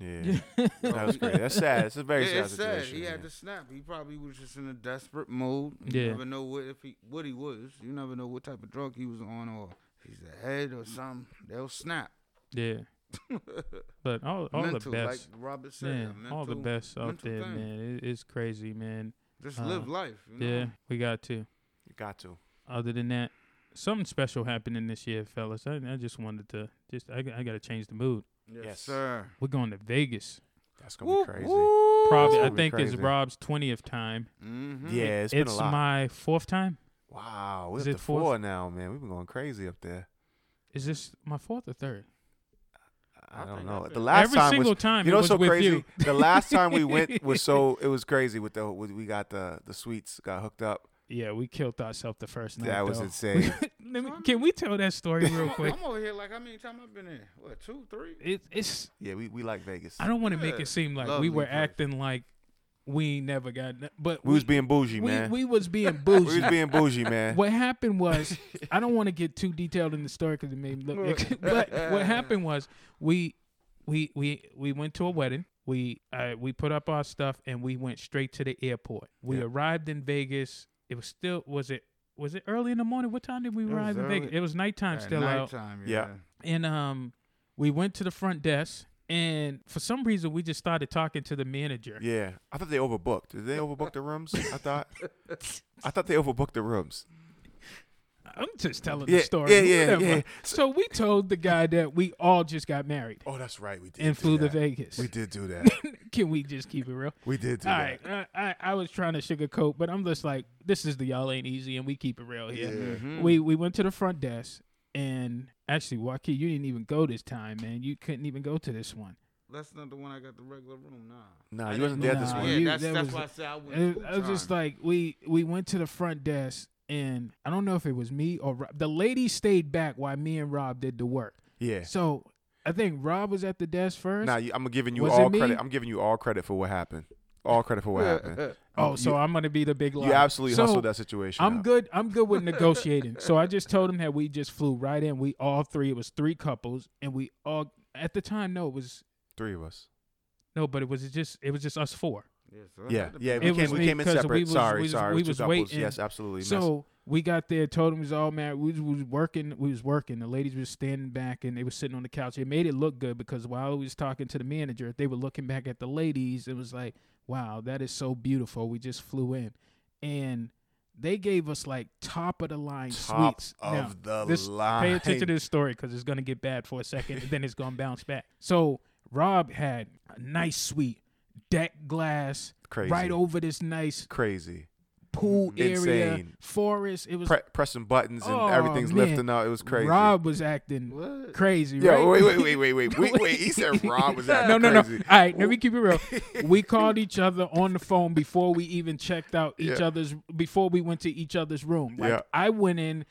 Speaker 2: Yeah,
Speaker 3: (laughs)
Speaker 2: that was great. That's sad. It's a very
Speaker 3: Yeah,
Speaker 2: sad
Speaker 3: it's sad.
Speaker 2: situation.
Speaker 3: He had
Speaker 2: yeah.
Speaker 3: to snap. He probably was just in a desperate mode. You
Speaker 1: Yeah.
Speaker 3: never know what if he what he was. You never know what type of drug he was on or if he's ahead or something. They'll snap. (laughs)
Speaker 1: Yeah. but all all
Speaker 3: mental,
Speaker 1: the
Speaker 3: like
Speaker 1: best,
Speaker 3: Robert said.
Speaker 1: man.
Speaker 3: mental,
Speaker 1: all the best out
Speaker 3: mental
Speaker 1: there,
Speaker 3: thing.
Speaker 1: man. It, it's crazy, man.
Speaker 3: Just
Speaker 1: uh,
Speaker 3: live life. You know?
Speaker 1: Yeah, we got to.
Speaker 2: Got to.
Speaker 1: other than that, something special happening this year, fellas. I, I just wanted to just I, I got to change the mood.
Speaker 3: Yes,
Speaker 2: Yes.
Speaker 3: sir.
Speaker 1: We're going to Vegas.
Speaker 2: That's gonna be crazy.
Speaker 1: Probably
Speaker 2: Ooh.
Speaker 1: I think it's
Speaker 2: Crazy.
Speaker 1: Rob's twentieth time.
Speaker 3: Mm-hmm.
Speaker 2: Yeah, it's been
Speaker 1: it's
Speaker 2: a lot.
Speaker 1: my fourth time.
Speaker 2: wow, we're
Speaker 1: Is
Speaker 2: up to
Speaker 1: it fourth?
Speaker 2: four now, man. We've been going crazy up there.
Speaker 1: Is this my fourth or third?
Speaker 2: I
Speaker 3: I
Speaker 2: don't
Speaker 3: think
Speaker 2: know.
Speaker 3: I've
Speaker 2: The
Speaker 3: been-
Speaker 2: last
Speaker 1: Every
Speaker 2: time
Speaker 1: single
Speaker 2: was,
Speaker 1: time it
Speaker 2: you know,
Speaker 1: was
Speaker 2: so
Speaker 1: with
Speaker 2: crazy.
Speaker 1: you.
Speaker 2: The last time we
Speaker 1: (laughs)
Speaker 2: went was so it was crazy with the with, we got the the sweets got hooked up.
Speaker 1: Yeah, we killed ourselves the first night.
Speaker 2: That was
Speaker 1: though.
Speaker 2: insane.
Speaker 1: (laughs) Let me- can we tell that story real
Speaker 2: (laughs)
Speaker 1: quick?
Speaker 3: I'm over here like how many times I've been here? What two, three?
Speaker 1: It, it's
Speaker 2: yeah, we, we like Vegas.
Speaker 1: I don't want to make
Speaker 3: Yeah,
Speaker 1: it seem like
Speaker 3: lovely
Speaker 1: we were
Speaker 3: place.
Speaker 1: acting like we ain't never got, n- but
Speaker 2: We was being bougie,
Speaker 1: we,
Speaker 2: man.
Speaker 1: we was being
Speaker 2: We
Speaker 1: bougie.
Speaker 2: was being bougie,
Speaker 1: (laughs)
Speaker 2: man.
Speaker 1: What happened was, I don't want to get too detailed in the story because it made me look. (laughs) but
Speaker 2: (laughs)
Speaker 1: what happened was, we, we, we, we went to a wedding. We, uh, we put up our stuff and we went straight to the airport. We
Speaker 2: Yeah.
Speaker 1: arrived in Vegas. It was still was it was it early in the morning? What time did we
Speaker 3: It
Speaker 1: arrive
Speaker 3: was
Speaker 1: in Vegas?
Speaker 3: early.
Speaker 1: It was nighttime
Speaker 3: At
Speaker 1: still out.
Speaker 3: nighttime,
Speaker 2: Yeah.
Speaker 1: And um we went to the front desk and for some reason we just started talking to the manager.
Speaker 2: Yeah, I thought they overbooked. Did they overbook the rooms? I
Speaker 1: (laughs)
Speaker 2: thought. I thought they overbooked the rooms.
Speaker 1: I'm just telling
Speaker 2: Yeah,
Speaker 1: the story.
Speaker 2: yeah, yeah,
Speaker 1: whatever.
Speaker 2: yeah.
Speaker 1: So we told the guy that we all just got married
Speaker 2: Oh, that's right. We did.
Speaker 1: and
Speaker 2: do
Speaker 1: flew to
Speaker 2: that.
Speaker 1: Vegas.
Speaker 2: We did do that.
Speaker 1: (laughs) Can we just keep it real?
Speaker 2: We did do
Speaker 1: All
Speaker 2: that.
Speaker 1: right, I, I I was trying to sugarcoat, but I'm just like, this is the y'all ain't easy, and we keep it real here.
Speaker 2: Yeah.
Speaker 3: Mm-hmm.
Speaker 1: We we went to the front desk, and actually, Joaquin, you didn't even go this time, man. You couldn't even go to this one.
Speaker 3: That's not the one I got the regular room. Nah.
Speaker 2: Nah,
Speaker 3: I
Speaker 2: you
Speaker 3: didn't
Speaker 2: wasn't there
Speaker 3: move-
Speaker 2: this
Speaker 1: Nah,
Speaker 2: one.
Speaker 3: Yeah,
Speaker 1: you-
Speaker 3: that's,
Speaker 1: that
Speaker 3: that's
Speaker 1: was-
Speaker 3: why I said I
Speaker 1: I
Speaker 3: went.
Speaker 1: I was just like, we we went to the front desk, and I don't know if it was me or Rob. the lady stayed back while me and Rob did the work.
Speaker 2: Yeah.
Speaker 1: So I think Rob was at the desk first.
Speaker 2: Nah, you, I'm giving you
Speaker 1: Was it
Speaker 2: all
Speaker 1: me?
Speaker 2: credit. I'm giving you all credit for what happened. All credit for what happened.
Speaker 1: oh, so
Speaker 2: you-
Speaker 1: I'm gonna be the big liar.
Speaker 2: You absolutely
Speaker 1: so
Speaker 2: hustled that situation.
Speaker 1: I'm
Speaker 2: up.
Speaker 1: good. I'm good with negotiating. so I just told him that we just flew right in. We all three. It was three couples, and we all at the time. No, it was
Speaker 2: Three of us.
Speaker 1: no, but it was just it was just us four.
Speaker 3: yeah, so that
Speaker 2: Yeah,
Speaker 3: had to be-
Speaker 2: yeah.
Speaker 1: It
Speaker 2: We came,
Speaker 1: was
Speaker 2: we
Speaker 1: me
Speaker 2: came in
Speaker 1: 'cause we
Speaker 2: separate.
Speaker 1: was-
Speaker 2: sorry,
Speaker 1: we was-
Speaker 2: sorry.
Speaker 1: we
Speaker 2: Two
Speaker 1: was
Speaker 2: couples.
Speaker 1: waiting.
Speaker 2: Yes, absolutely. Mess-
Speaker 1: So we got there, told him it was all married. We was, we was working. We was working. The ladies were standing back, and they were sitting on the couch. It made it look good because while we was talking to the manager, they were looking back at the ladies. It was like, wow, that is so beautiful. We just flew in, and they gave us like top of the line
Speaker 2: Top
Speaker 1: suites. Now,
Speaker 2: of the
Speaker 1: this,
Speaker 2: line.
Speaker 1: Pay attention to this story because it's gonna get bad for a second, and then it's gonna bounce back. So Rob had a nice suite, deck glass,
Speaker 2: Crazy.
Speaker 1: right over this nice
Speaker 2: Crazy.
Speaker 1: pool area,
Speaker 2: Insane.
Speaker 1: forest. It was
Speaker 2: Pre- pressing buttons and
Speaker 1: Oh,
Speaker 2: everything's
Speaker 1: man.
Speaker 2: lifting up. It was crazy.
Speaker 1: Rob was acting
Speaker 3: What?
Speaker 1: crazy.
Speaker 2: Yo,
Speaker 1: right?
Speaker 2: wait, wait, wait, wait, wait, wait, wait. He said Rob was
Speaker 1: (laughs)
Speaker 2: acting
Speaker 1: No, no, no. All
Speaker 2: crazy.
Speaker 1: right, let me keep it
Speaker 2: (laughs)
Speaker 1: real. We called each other on the phone before we even checked out each
Speaker 2: Yeah.
Speaker 1: other's before we went to each other's room. Like
Speaker 2: Yeah.
Speaker 1: I went in,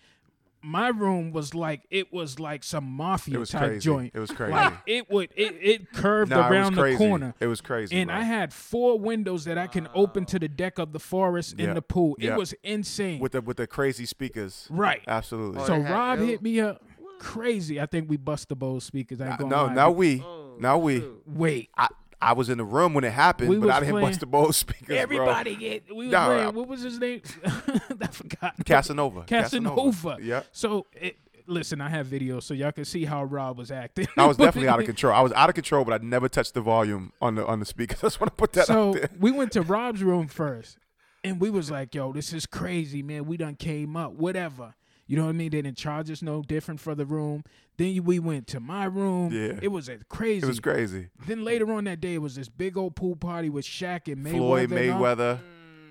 Speaker 1: my room was like it was like some mafia
Speaker 2: It was
Speaker 1: type
Speaker 2: crazy.
Speaker 1: joint.
Speaker 2: It was crazy.
Speaker 1: Like it would it, it curved
Speaker 2: Nah, it was
Speaker 1: around the
Speaker 2: crazy.
Speaker 1: corner.
Speaker 2: It was crazy,
Speaker 1: And
Speaker 2: bro.
Speaker 1: I had four windows that I can open to the deck of the forest
Speaker 2: Yeah.
Speaker 1: and the pool.
Speaker 2: Yeah.
Speaker 1: It was insane.
Speaker 2: With the with the crazy speakers.
Speaker 1: right.
Speaker 2: Absolutely.
Speaker 1: So
Speaker 3: Oh, they had
Speaker 1: Rob
Speaker 3: ill-
Speaker 1: hit me up. Crazy. I think we bust the Bose speakers. I ain't gonna
Speaker 2: no,
Speaker 1: lie.
Speaker 2: now we, now we.
Speaker 1: wait.
Speaker 2: I I was in the room when it happened,
Speaker 1: We
Speaker 2: but
Speaker 1: was
Speaker 2: I didn't
Speaker 1: playing-
Speaker 2: bust the bowl (laughs) speakers, bro.
Speaker 1: Everybody get we was
Speaker 2: Nah, I-
Speaker 1: playing. What was his name? (laughs) I forgot.
Speaker 2: Casanova.
Speaker 1: Casanova.
Speaker 2: Yeah.
Speaker 1: So it, listen, I have video so y'all can see how Rob was acting. (laughs)
Speaker 2: I was definitely out of control. I was out of control, but I never touched the volume on the on the speakers. (laughs) I just want to put that out
Speaker 1: so
Speaker 2: (laughs) there.
Speaker 1: we went to Rob's room first, and we was like, "Yo, this is crazy, man. We done came up, whatever." You know what I mean? They didn't charge us no different for the room. Then we went to my room.
Speaker 2: Yeah.
Speaker 1: It was a crazy.
Speaker 2: It was crazy.
Speaker 1: Then later on that day, it was this big old pool party with Shaq and Mayweather.
Speaker 2: Floyd
Speaker 1: and all-
Speaker 2: Mayweather.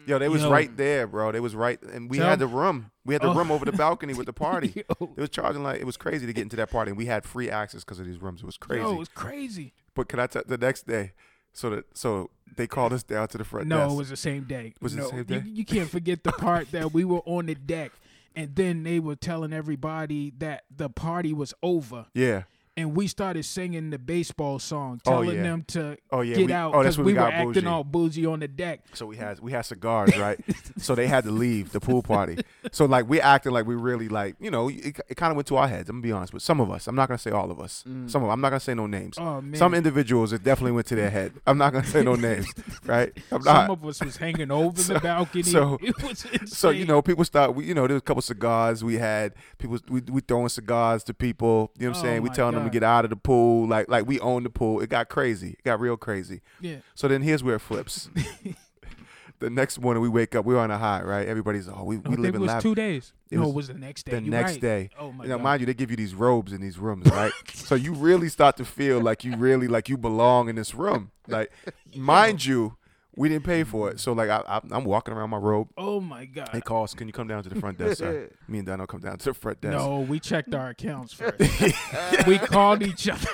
Speaker 2: Yo, they was
Speaker 1: Yo.
Speaker 2: right there, bro. They was right, and we
Speaker 1: Tell
Speaker 2: had the room. We had the
Speaker 1: Oh.
Speaker 2: room over the
Speaker 1: (laughs)
Speaker 2: balcony with the party.
Speaker 1: Yo.
Speaker 2: It was charging like it was crazy to get into that party, and we had free access because of these rooms. It was crazy.
Speaker 1: Yo, it was crazy.
Speaker 2: but can I tell the next day? So that so they called us down to the front
Speaker 1: No,
Speaker 2: desk.
Speaker 1: it was the same day.
Speaker 2: Was it the
Speaker 1: no,
Speaker 2: same
Speaker 1: you-
Speaker 2: day?
Speaker 1: You, can't forget the part that we were on the deck, and then they were telling everybody that the party was over,
Speaker 2: yeah.
Speaker 1: and we started singing the baseball song,
Speaker 2: Oh,
Speaker 1: telling
Speaker 2: yeah.
Speaker 1: them to
Speaker 2: Oh, yeah,
Speaker 1: get
Speaker 2: we-
Speaker 1: out
Speaker 2: oh, that's
Speaker 1: because
Speaker 2: when
Speaker 1: we
Speaker 2: we
Speaker 1: were
Speaker 2: got
Speaker 1: acting
Speaker 2: bougie.
Speaker 1: all bougie on the deck.
Speaker 2: So we had we had cigars,
Speaker 1: (laughs)
Speaker 2: right? so they had to leave the pool party. So like we acting like we really like you know it, it kind of went to our heads. I'm gonna be honest with some of us. I'm not gonna say all of us. Some of I'm not gonna say no names.
Speaker 1: Mm. Oh, man.
Speaker 2: Some individuals it definitely went to their head. I'm not
Speaker 1: (laughs)
Speaker 2: gonna say no names, right? I'm not.
Speaker 1: Some of us was hanging over
Speaker 2: (laughs) So-
Speaker 1: the balcony.
Speaker 2: so-
Speaker 1: (laughs) it was insane.
Speaker 2: so you know, people start. We, you know, there was a couple cigars we had. People we we throwing cigars to people. You know what I'm
Speaker 1: Oh,
Speaker 2: saying? We
Speaker 1: my
Speaker 2: telling them to
Speaker 1: God.
Speaker 2: get out of the pool. Like like we own the pool. It got crazy. It got real crazy.
Speaker 1: yeah.
Speaker 2: So then here's where it flips.
Speaker 1: (laughs)
Speaker 2: the next morning we wake up, we're on a high, right? Everybody's oh, we,
Speaker 1: No, I
Speaker 2: we
Speaker 1: think it
Speaker 2: live in
Speaker 1: was
Speaker 2: lav-
Speaker 1: two days.
Speaker 2: It
Speaker 1: no,
Speaker 2: was
Speaker 1: it was the next day.
Speaker 2: the
Speaker 1: You're
Speaker 2: next
Speaker 1: right.
Speaker 2: day.
Speaker 1: Oh my
Speaker 2: now,
Speaker 1: god.
Speaker 2: mind you, they give you these robes in these rooms,
Speaker 1: (laughs)
Speaker 2: right? so you really start to feel like you really like you belong in this room.
Speaker 1: (laughs)
Speaker 2: Like, mind you, we didn't pay for it, so like I, I, I'm walking around my robe.
Speaker 1: oh my
Speaker 2: Hey,
Speaker 1: god.
Speaker 2: Carlos, can you come down to the front desk, sir?
Speaker 1: (laughs)
Speaker 2: Me and Dino come down to the front desk.
Speaker 1: No, we checked our
Speaker 2: (laughs)
Speaker 1: accounts first. we called each other.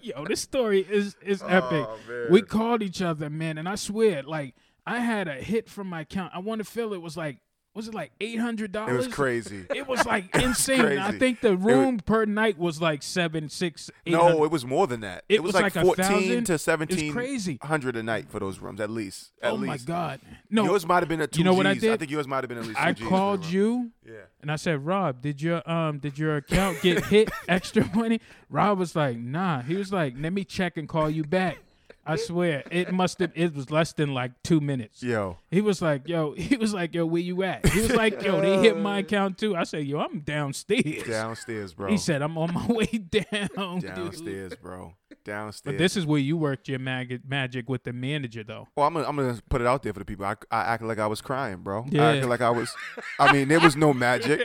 Speaker 1: Yo, this story is is
Speaker 2: Oh,
Speaker 1: epic. We called each other, man, and I swear, like I had a hit from my account. I want to feel it was like was it like eight hundred
Speaker 2: It
Speaker 1: dollars?
Speaker 2: was crazy.
Speaker 1: (laughs) It was
Speaker 2: (laughs)
Speaker 1: like insane. I
Speaker 2: crazy.
Speaker 1: think the
Speaker 2: was-
Speaker 1: room per night was like seven, six, eight.
Speaker 2: No, it was more than that.
Speaker 1: It
Speaker 2: It, was,
Speaker 1: was
Speaker 2: like,
Speaker 1: like a
Speaker 2: 14
Speaker 1: thousand. It
Speaker 2: to
Speaker 1: was
Speaker 2: 17
Speaker 1: crazy.
Speaker 2: 100 a night for those rooms, at least. At
Speaker 1: oh
Speaker 2: least.
Speaker 1: my god. No,
Speaker 2: Yours might have been a two
Speaker 1: You know what I
Speaker 2: Gs. I
Speaker 1: did?
Speaker 2: think yours might have been at least two
Speaker 1: I
Speaker 2: Gs for
Speaker 1: called
Speaker 2: the room.
Speaker 1: you.
Speaker 2: Yeah.
Speaker 1: And I said, Rob, did your um did your account
Speaker 2: (laughs)
Speaker 1: get hit extra money? Rob was like, nah. He was like, let me check and call you back. I swear, it must have. It was less than like two minutes.
Speaker 2: Yo,
Speaker 1: He was like, "Yo," (laughs) he was like, "Yo, where you at?" He was like, "Yo, they hit my account too." I said, "Yo, I'm downstairs."
Speaker 2: downstairs, Uh, bro.
Speaker 1: He said, "I'm on my (laughs) way down." dude."
Speaker 2: downstairs, bro. Downstairs.
Speaker 1: But this is where you worked your mag- magic with the manager,
Speaker 2: (laughs)
Speaker 1: though.
Speaker 2: Well, Oh, I'm gonna, I'm gonna put it out there for the people. I, I acted like I was crying, bro.
Speaker 1: Yeah.
Speaker 2: I acted like I was. I mean, there was
Speaker 1: (laughs)
Speaker 2: no magic.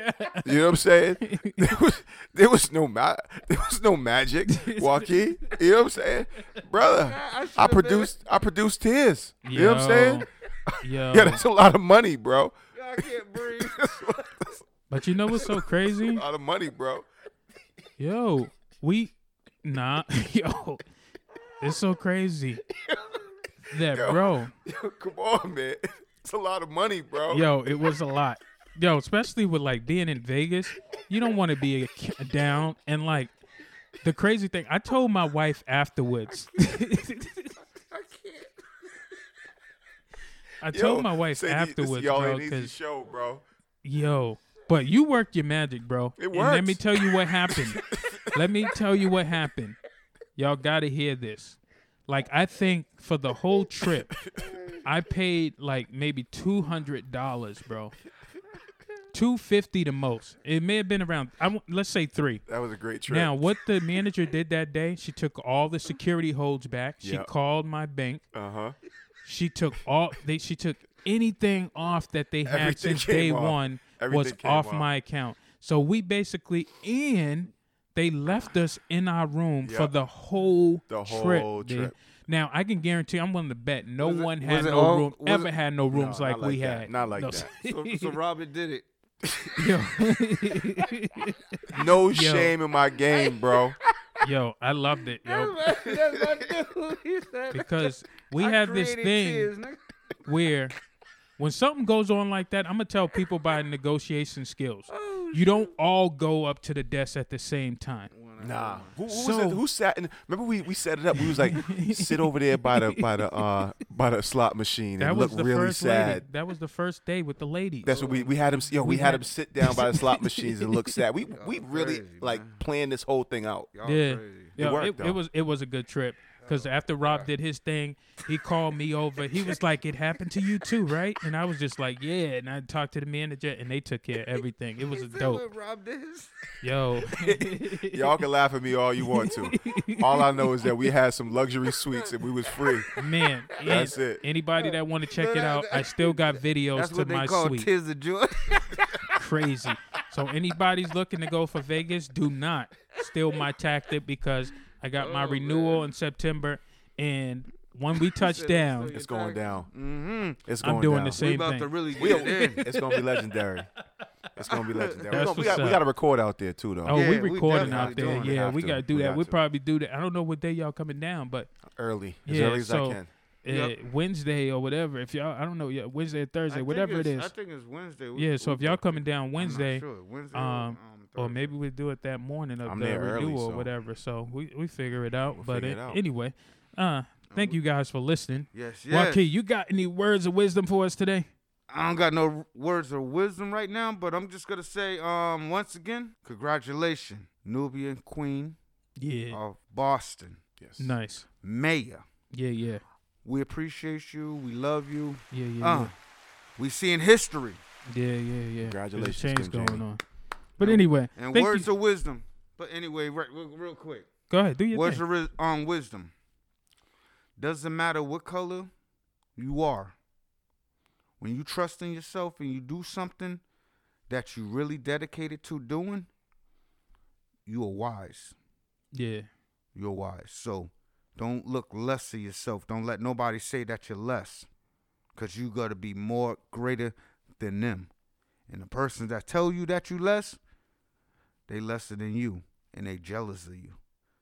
Speaker 2: You know what I'm saying? There was there was no ma- there was no magic, Joaquin. You know what I'm saying, brother? I, produced I produced tears. You know what I'm saying?
Speaker 1: Yo,
Speaker 2: Yeah, that's a lot of money, bro.
Speaker 3: I can't breathe.
Speaker 2: (laughs)
Speaker 1: (laughs) but you know what's so (laughs)
Speaker 2: A (laughs)
Speaker 1: crazy?
Speaker 2: lot of money, bro.
Speaker 1: Yo, we nah, (laughs) yo, it's so crazy that bro,
Speaker 2: (laughs) Come on, man. It's a lot of money, bro.
Speaker 1: yo, it was a lot, yo, especially with like being in Vegas, you don't want to be a, k- down and like the crazy thing. I told my wife afterwards. (laughs) I
Speaker 2: Yo,
Speaker 1: told my wife
Speaker 2: say the- this
Speaker 1: afterwards,
Speaker 2: y'all
Speaker 1: bro,
Speaker 2: ain't easy
Speaker 1: because
Speaker 2: show, bro.
Speaker 1: Yo, but you worked your magic, bro.
Speaker 2: It
Speaker 1: And let me
Speaker 2: works.
Speaker 1: tell you what
Speaker 2: (laughs)
Speaker 1: happened. let me tell you what happened. Y'all got to hear this. Like I think for the whole trip, I paid like maybe two hundred dollars, bro. Two fifty the most. It may have been around. I w- let's say three.
Speaker 2: That was a great trip.
Speaker 1: Now, what the manager did that day, she took all the security holds back. She
Speaker 2: Yeah.
Speaker 1: called my bank. (laughs)
Speaker 2: uh huh.
Speaker 1: She took all they she took anything off that they had
Speaker 2: Everything
Speaker 1: since day
Speaker 2: came off.
Speaker 1: one was
Speaker 2: Everything came
Speaker 1: off
Speaker 2: off.
Speaker 1: my account. So we basically and they left us in our room for
Speaker 2: Yep.
Speaker 1: the whole
Speaker 2: The
Speaker 1: trip.
Speaker 2: whole
Speaker 1: dude.
Speaker 2: trip.
Speaker 1: Now I can guarantee I'm willing to bet no one had
Speaker 3: was it
Speaker 1: no
Speaker 3: all-
Speaker 1: room
Speaker 3: was
Speaker 1: ever
Speaker 3: it-
Speaker 1: had no rooms
Speaker 2: No,
Speaker 1: like,
Speaker 2: not
Speaker 1: we
Speaker 2: that.
Speaker 1: had.
Speaker 2: Not
Speaker 1: (laughs)
Speaker 2: like
Speaker 1: No,
Speaker 2: that.
Speaker 3: so, so Robert did it.
Speaker 2: No shame in my game, bro.
Speaker 1: (laughs) Yo, I loved it,
Speaker 2: (laughs)
Speaker 1: yo.
Speaker 3: (laughs) That's my dude. He said,
Speaker 1: Because we had this
Speaker 3: created
Speaker 1: thing
Speaker 3: tears, nigga.
Speaker 1: where when something goes on like that, I'm gonna tell people by negotiation skills.
Speaker 3: Oh,
Speaker 1: you don't all go up to the desk at the same time.
Speaker 2: Nah. Who, who
Speaker 1: So-
Speaker 2: was it? Who sat in? Remember we, we set it up. We was like, sit over there by the by the uh by the slot machine
Speaker 1: That
Speaker 2: and
Speaker 1: was
Speaker 2: look
Speaker 1: the
Speaker 2: really
Speaker 1: first
Speaker 2: sad.
Speaker 1: lady. That was the first day with the ladies.
Speaker 2: That's what we we had him. Yo, we,
Speaker 1: We
Speaker 2: had,
Speaker 1: had-
Speaker 2: him sit down by the slot machines and look sad.
Speaker 1: (laughs)
Speaker 2: We we really
Speaker 3: crazy,
Speaker 2: like planned this whole thing out.
Speaker 3: Y'all
Speaker 1: yeah,
Speaker 3: crazy.
Speaker 1: Yo,
Speaker 2: It worked,
Speaker 1: it,
Speaker 2: though.
Speaker 1: was it was a good trip. Cause after Rob did his thing, he called me over. He was like, "It happened to you too, right?" And I was just like, "Yeah." And I talked to the manager, and they took care of everything. It was a
Speaker 3: Is that
Speaker 1: dope,
Speaker 3: what Rob did? (laughs)
Speaker 1: yo.
Speaker 2: Y'all can laugh at me all you want to. All I know is that we had some luxury suites and we was free.
Speaker 1: Man,
Speaker 2: That's
Speaker 1: and
Speaker 2: it.
Speaker 1: Anybody that want to check it out, I still got videos
Speaker 3: That's
Speaker 1: to
Speaker 3: what they
Speaker 1: my
Speaker 3: call
Speaker 1: suite.
Speaker 3: tears
Speaker 1: (laughs)
Speaker 3: of joy.
Speaker 1: crazy. So anybody's looking to go for Vegas, do not steal my tactic because I got my
Speaker 3: Oh,
Speaker 1: renewal in September, and when
Speaker 3: (laughs)
Speaker 1: we touch down,
Speaker 2: It's going down. Mm-hmm. It's
Speaker 1: Mm.
Speaker 2: going
Speaker 1: I'm doing
Speaker 2: down.
Speaker 1: the
Speaker 3: we
Speaker 1: same
Speaker 3: about
Speaker 1: thing.
Speaker 3: to really
Speaker 2: We-
Speaker 3: get in.
Speaker 2: it's gonna
Speaker 1: (laughs)
Speaker 2: be legendary. It's gonna be legendary.
Speaker 1: That's
Speaker 2: We're gonna-
Speaker 1: what's
Speaker 2: we got, we
Speaker 1: up.
Speaker 2: got to record out there too, though.
Speaker 1: oh,
Speaker 3: Yeah,
Speaker 1: we
Speaker 3: we
Speaker 1: recording
Speaker 3: definitely
Speaker 1: out there.
Speaker 3: doing it.
Speaker 1: Yeah,
Speaker 2: Have
Speaker 1: we
Speaker 2: to.
Speaker 1: gotta do
Speaker 2: We
Speaker 1: that.
Speaker 2: got
Speaker 1: We
Speaker 2: to.
Speaker 1: probably do that. I don't know what day y'all coming down, but
Speaker 2: Early, as
Speaker 1: yeah,
Speaker 2: early as
Speaker 1: so,
Speaker 2: I can.
Speaker 1: uh,
Speaker 3: Yep.
Speaker 1: Wednesday or whatever. If y'all, I don't know, yeah, Wednesday or Thursday, whatever it is.
Speaker 3: I think it's Wednesday. We-
Speaker 1: Yeah, so
Speaker 3: we
Speaker 1: if y'all
Speaker 3: booked it.
Speaker 1: coming down
Speaker 3: I'm not
Speaker 1: Wednesday,
Speaker 3: sure. Wednesday or,
Speaker 1: um, or
Speaker 3: Thursday.
Speaker 1: maybe we do it that morning of
Speaker 2: I'm
Speaker 1: the
Speaker 2: there early,
Speaker 1: renewal or
Speaker 2: so-
Speaker 1: whatever. So we, we figure it out. but
Speaker 2: figure
Speaker 1: it-
Speaker 2: it out.
Speaker 1: anyway, uh, thank you guys for listening.
Speaker 3: Yes, yes.
Speaker 1: Joaquin, you got any words of wisdom for us today?
Speaker 3: I don't got no words of wisdom right now, but I'm just gonna say, um, once again, congratulations, Nubian Queen
Speaker 1: Yeah.
Speaker 3: of Boston,
Speaker 2: Yes.
Speaker 1: nice.
Speaker 3: Maya.
Speaker 1: Yeah, yeah.
Speaker 3: We appreciate you. We love you.
Speaker 1: Yeah, yeah.
Speaker 3: Uh, we seeing history
Speaker 1: yeah. yeah, yeah, yeah.
Speaker 2: Congratulations,
Speaker 1: There's a change
Speaker 2: King
Speaker 1: going
Speaker 2: Jamie.
Speaker 1: on. But anyway,
Speaker 3: and
Speaker 1: thank
Speaker 3: words
Speaker 1: you.
Speaker 3: of wisdom. But anyway, right, real, real quick,
Speaker 1: go ahead, do your
Speaker 3: words
Speaker 1: thing.
Speaker 3: of ri- um, wisdom. Doesn't matter what color you are. When you trust in yourself and you do something that you really dedicated to doing, you are wise.
Speaker 1: yeah,
Speaker 3: you're wise. So don't look less of yourself. Don't let nobody say that you're less. Cause you gotta be more greater than them. And the persons that tell you that you less, they lesser than you and they jealous of you.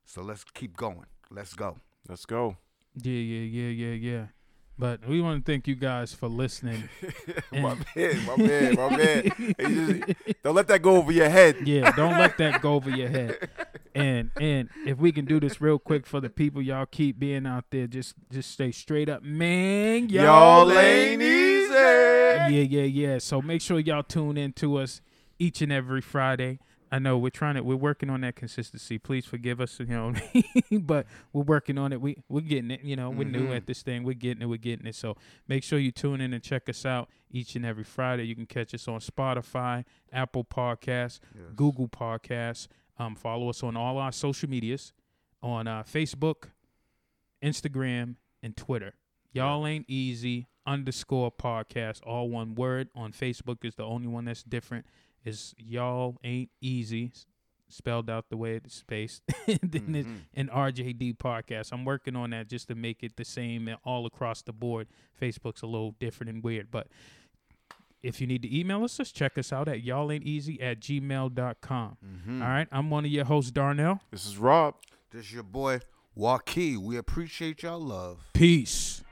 Speaker 3: So let's keep going. Let's go.
Speaker 1: (laughs)
Speaker 2: Let's go.
Speaker 1: yeah, yeah, yeah, yeah, yeah. But we want to thank you guys for listening.
Speaker 2: my man, my man, my
Speaker 1: (laughs)
Speaker 2: man. You just- don't let that go over your head.
Speaker 1: Yeah, don't let that go over your
Speaker 3: (laughs)
Speaker 1: head. And and if we can do this real quick for the people, y'all keep being out there. Just just stay straight up, man.
Speaker 2: Y'all ain't easy.
Speaker 1: Yeah, yeah, yeah. So make sure y'all tune in to us each and every Friday. I know we're trying to we're working on that consistency. Please forgive us, you know, (laughs) but we're working on it. We we're getting it, you know. We're new at this thing. We're getting it. We're getting it. So make sure you tune in and check us out each and every Friday. You can catch us on Spotify, Apple Podcasts, Google Podcasts. Um, follow us on all our social medias, on uh, Facebook, Instagram, and Twitter. Y'all ain't easy underscore podcast, all one word. On Facebook is the only one that's different. Is y'all ain't easy s- spelled out the way it's spaced. and (laughs) then it's an RJD podcast. I'm working on that just to make it the same and all across the board. Facebook's a little different and weird, but if you need to email us, just check us out at y'all ain't easy at gmail.com. All right. I'm one of your hosts, Darnell.
Speaker 2: This is Rob.
Speaker 3: This is your boy Waukee. We appreciate y'all love.
Speaker 1: Peace.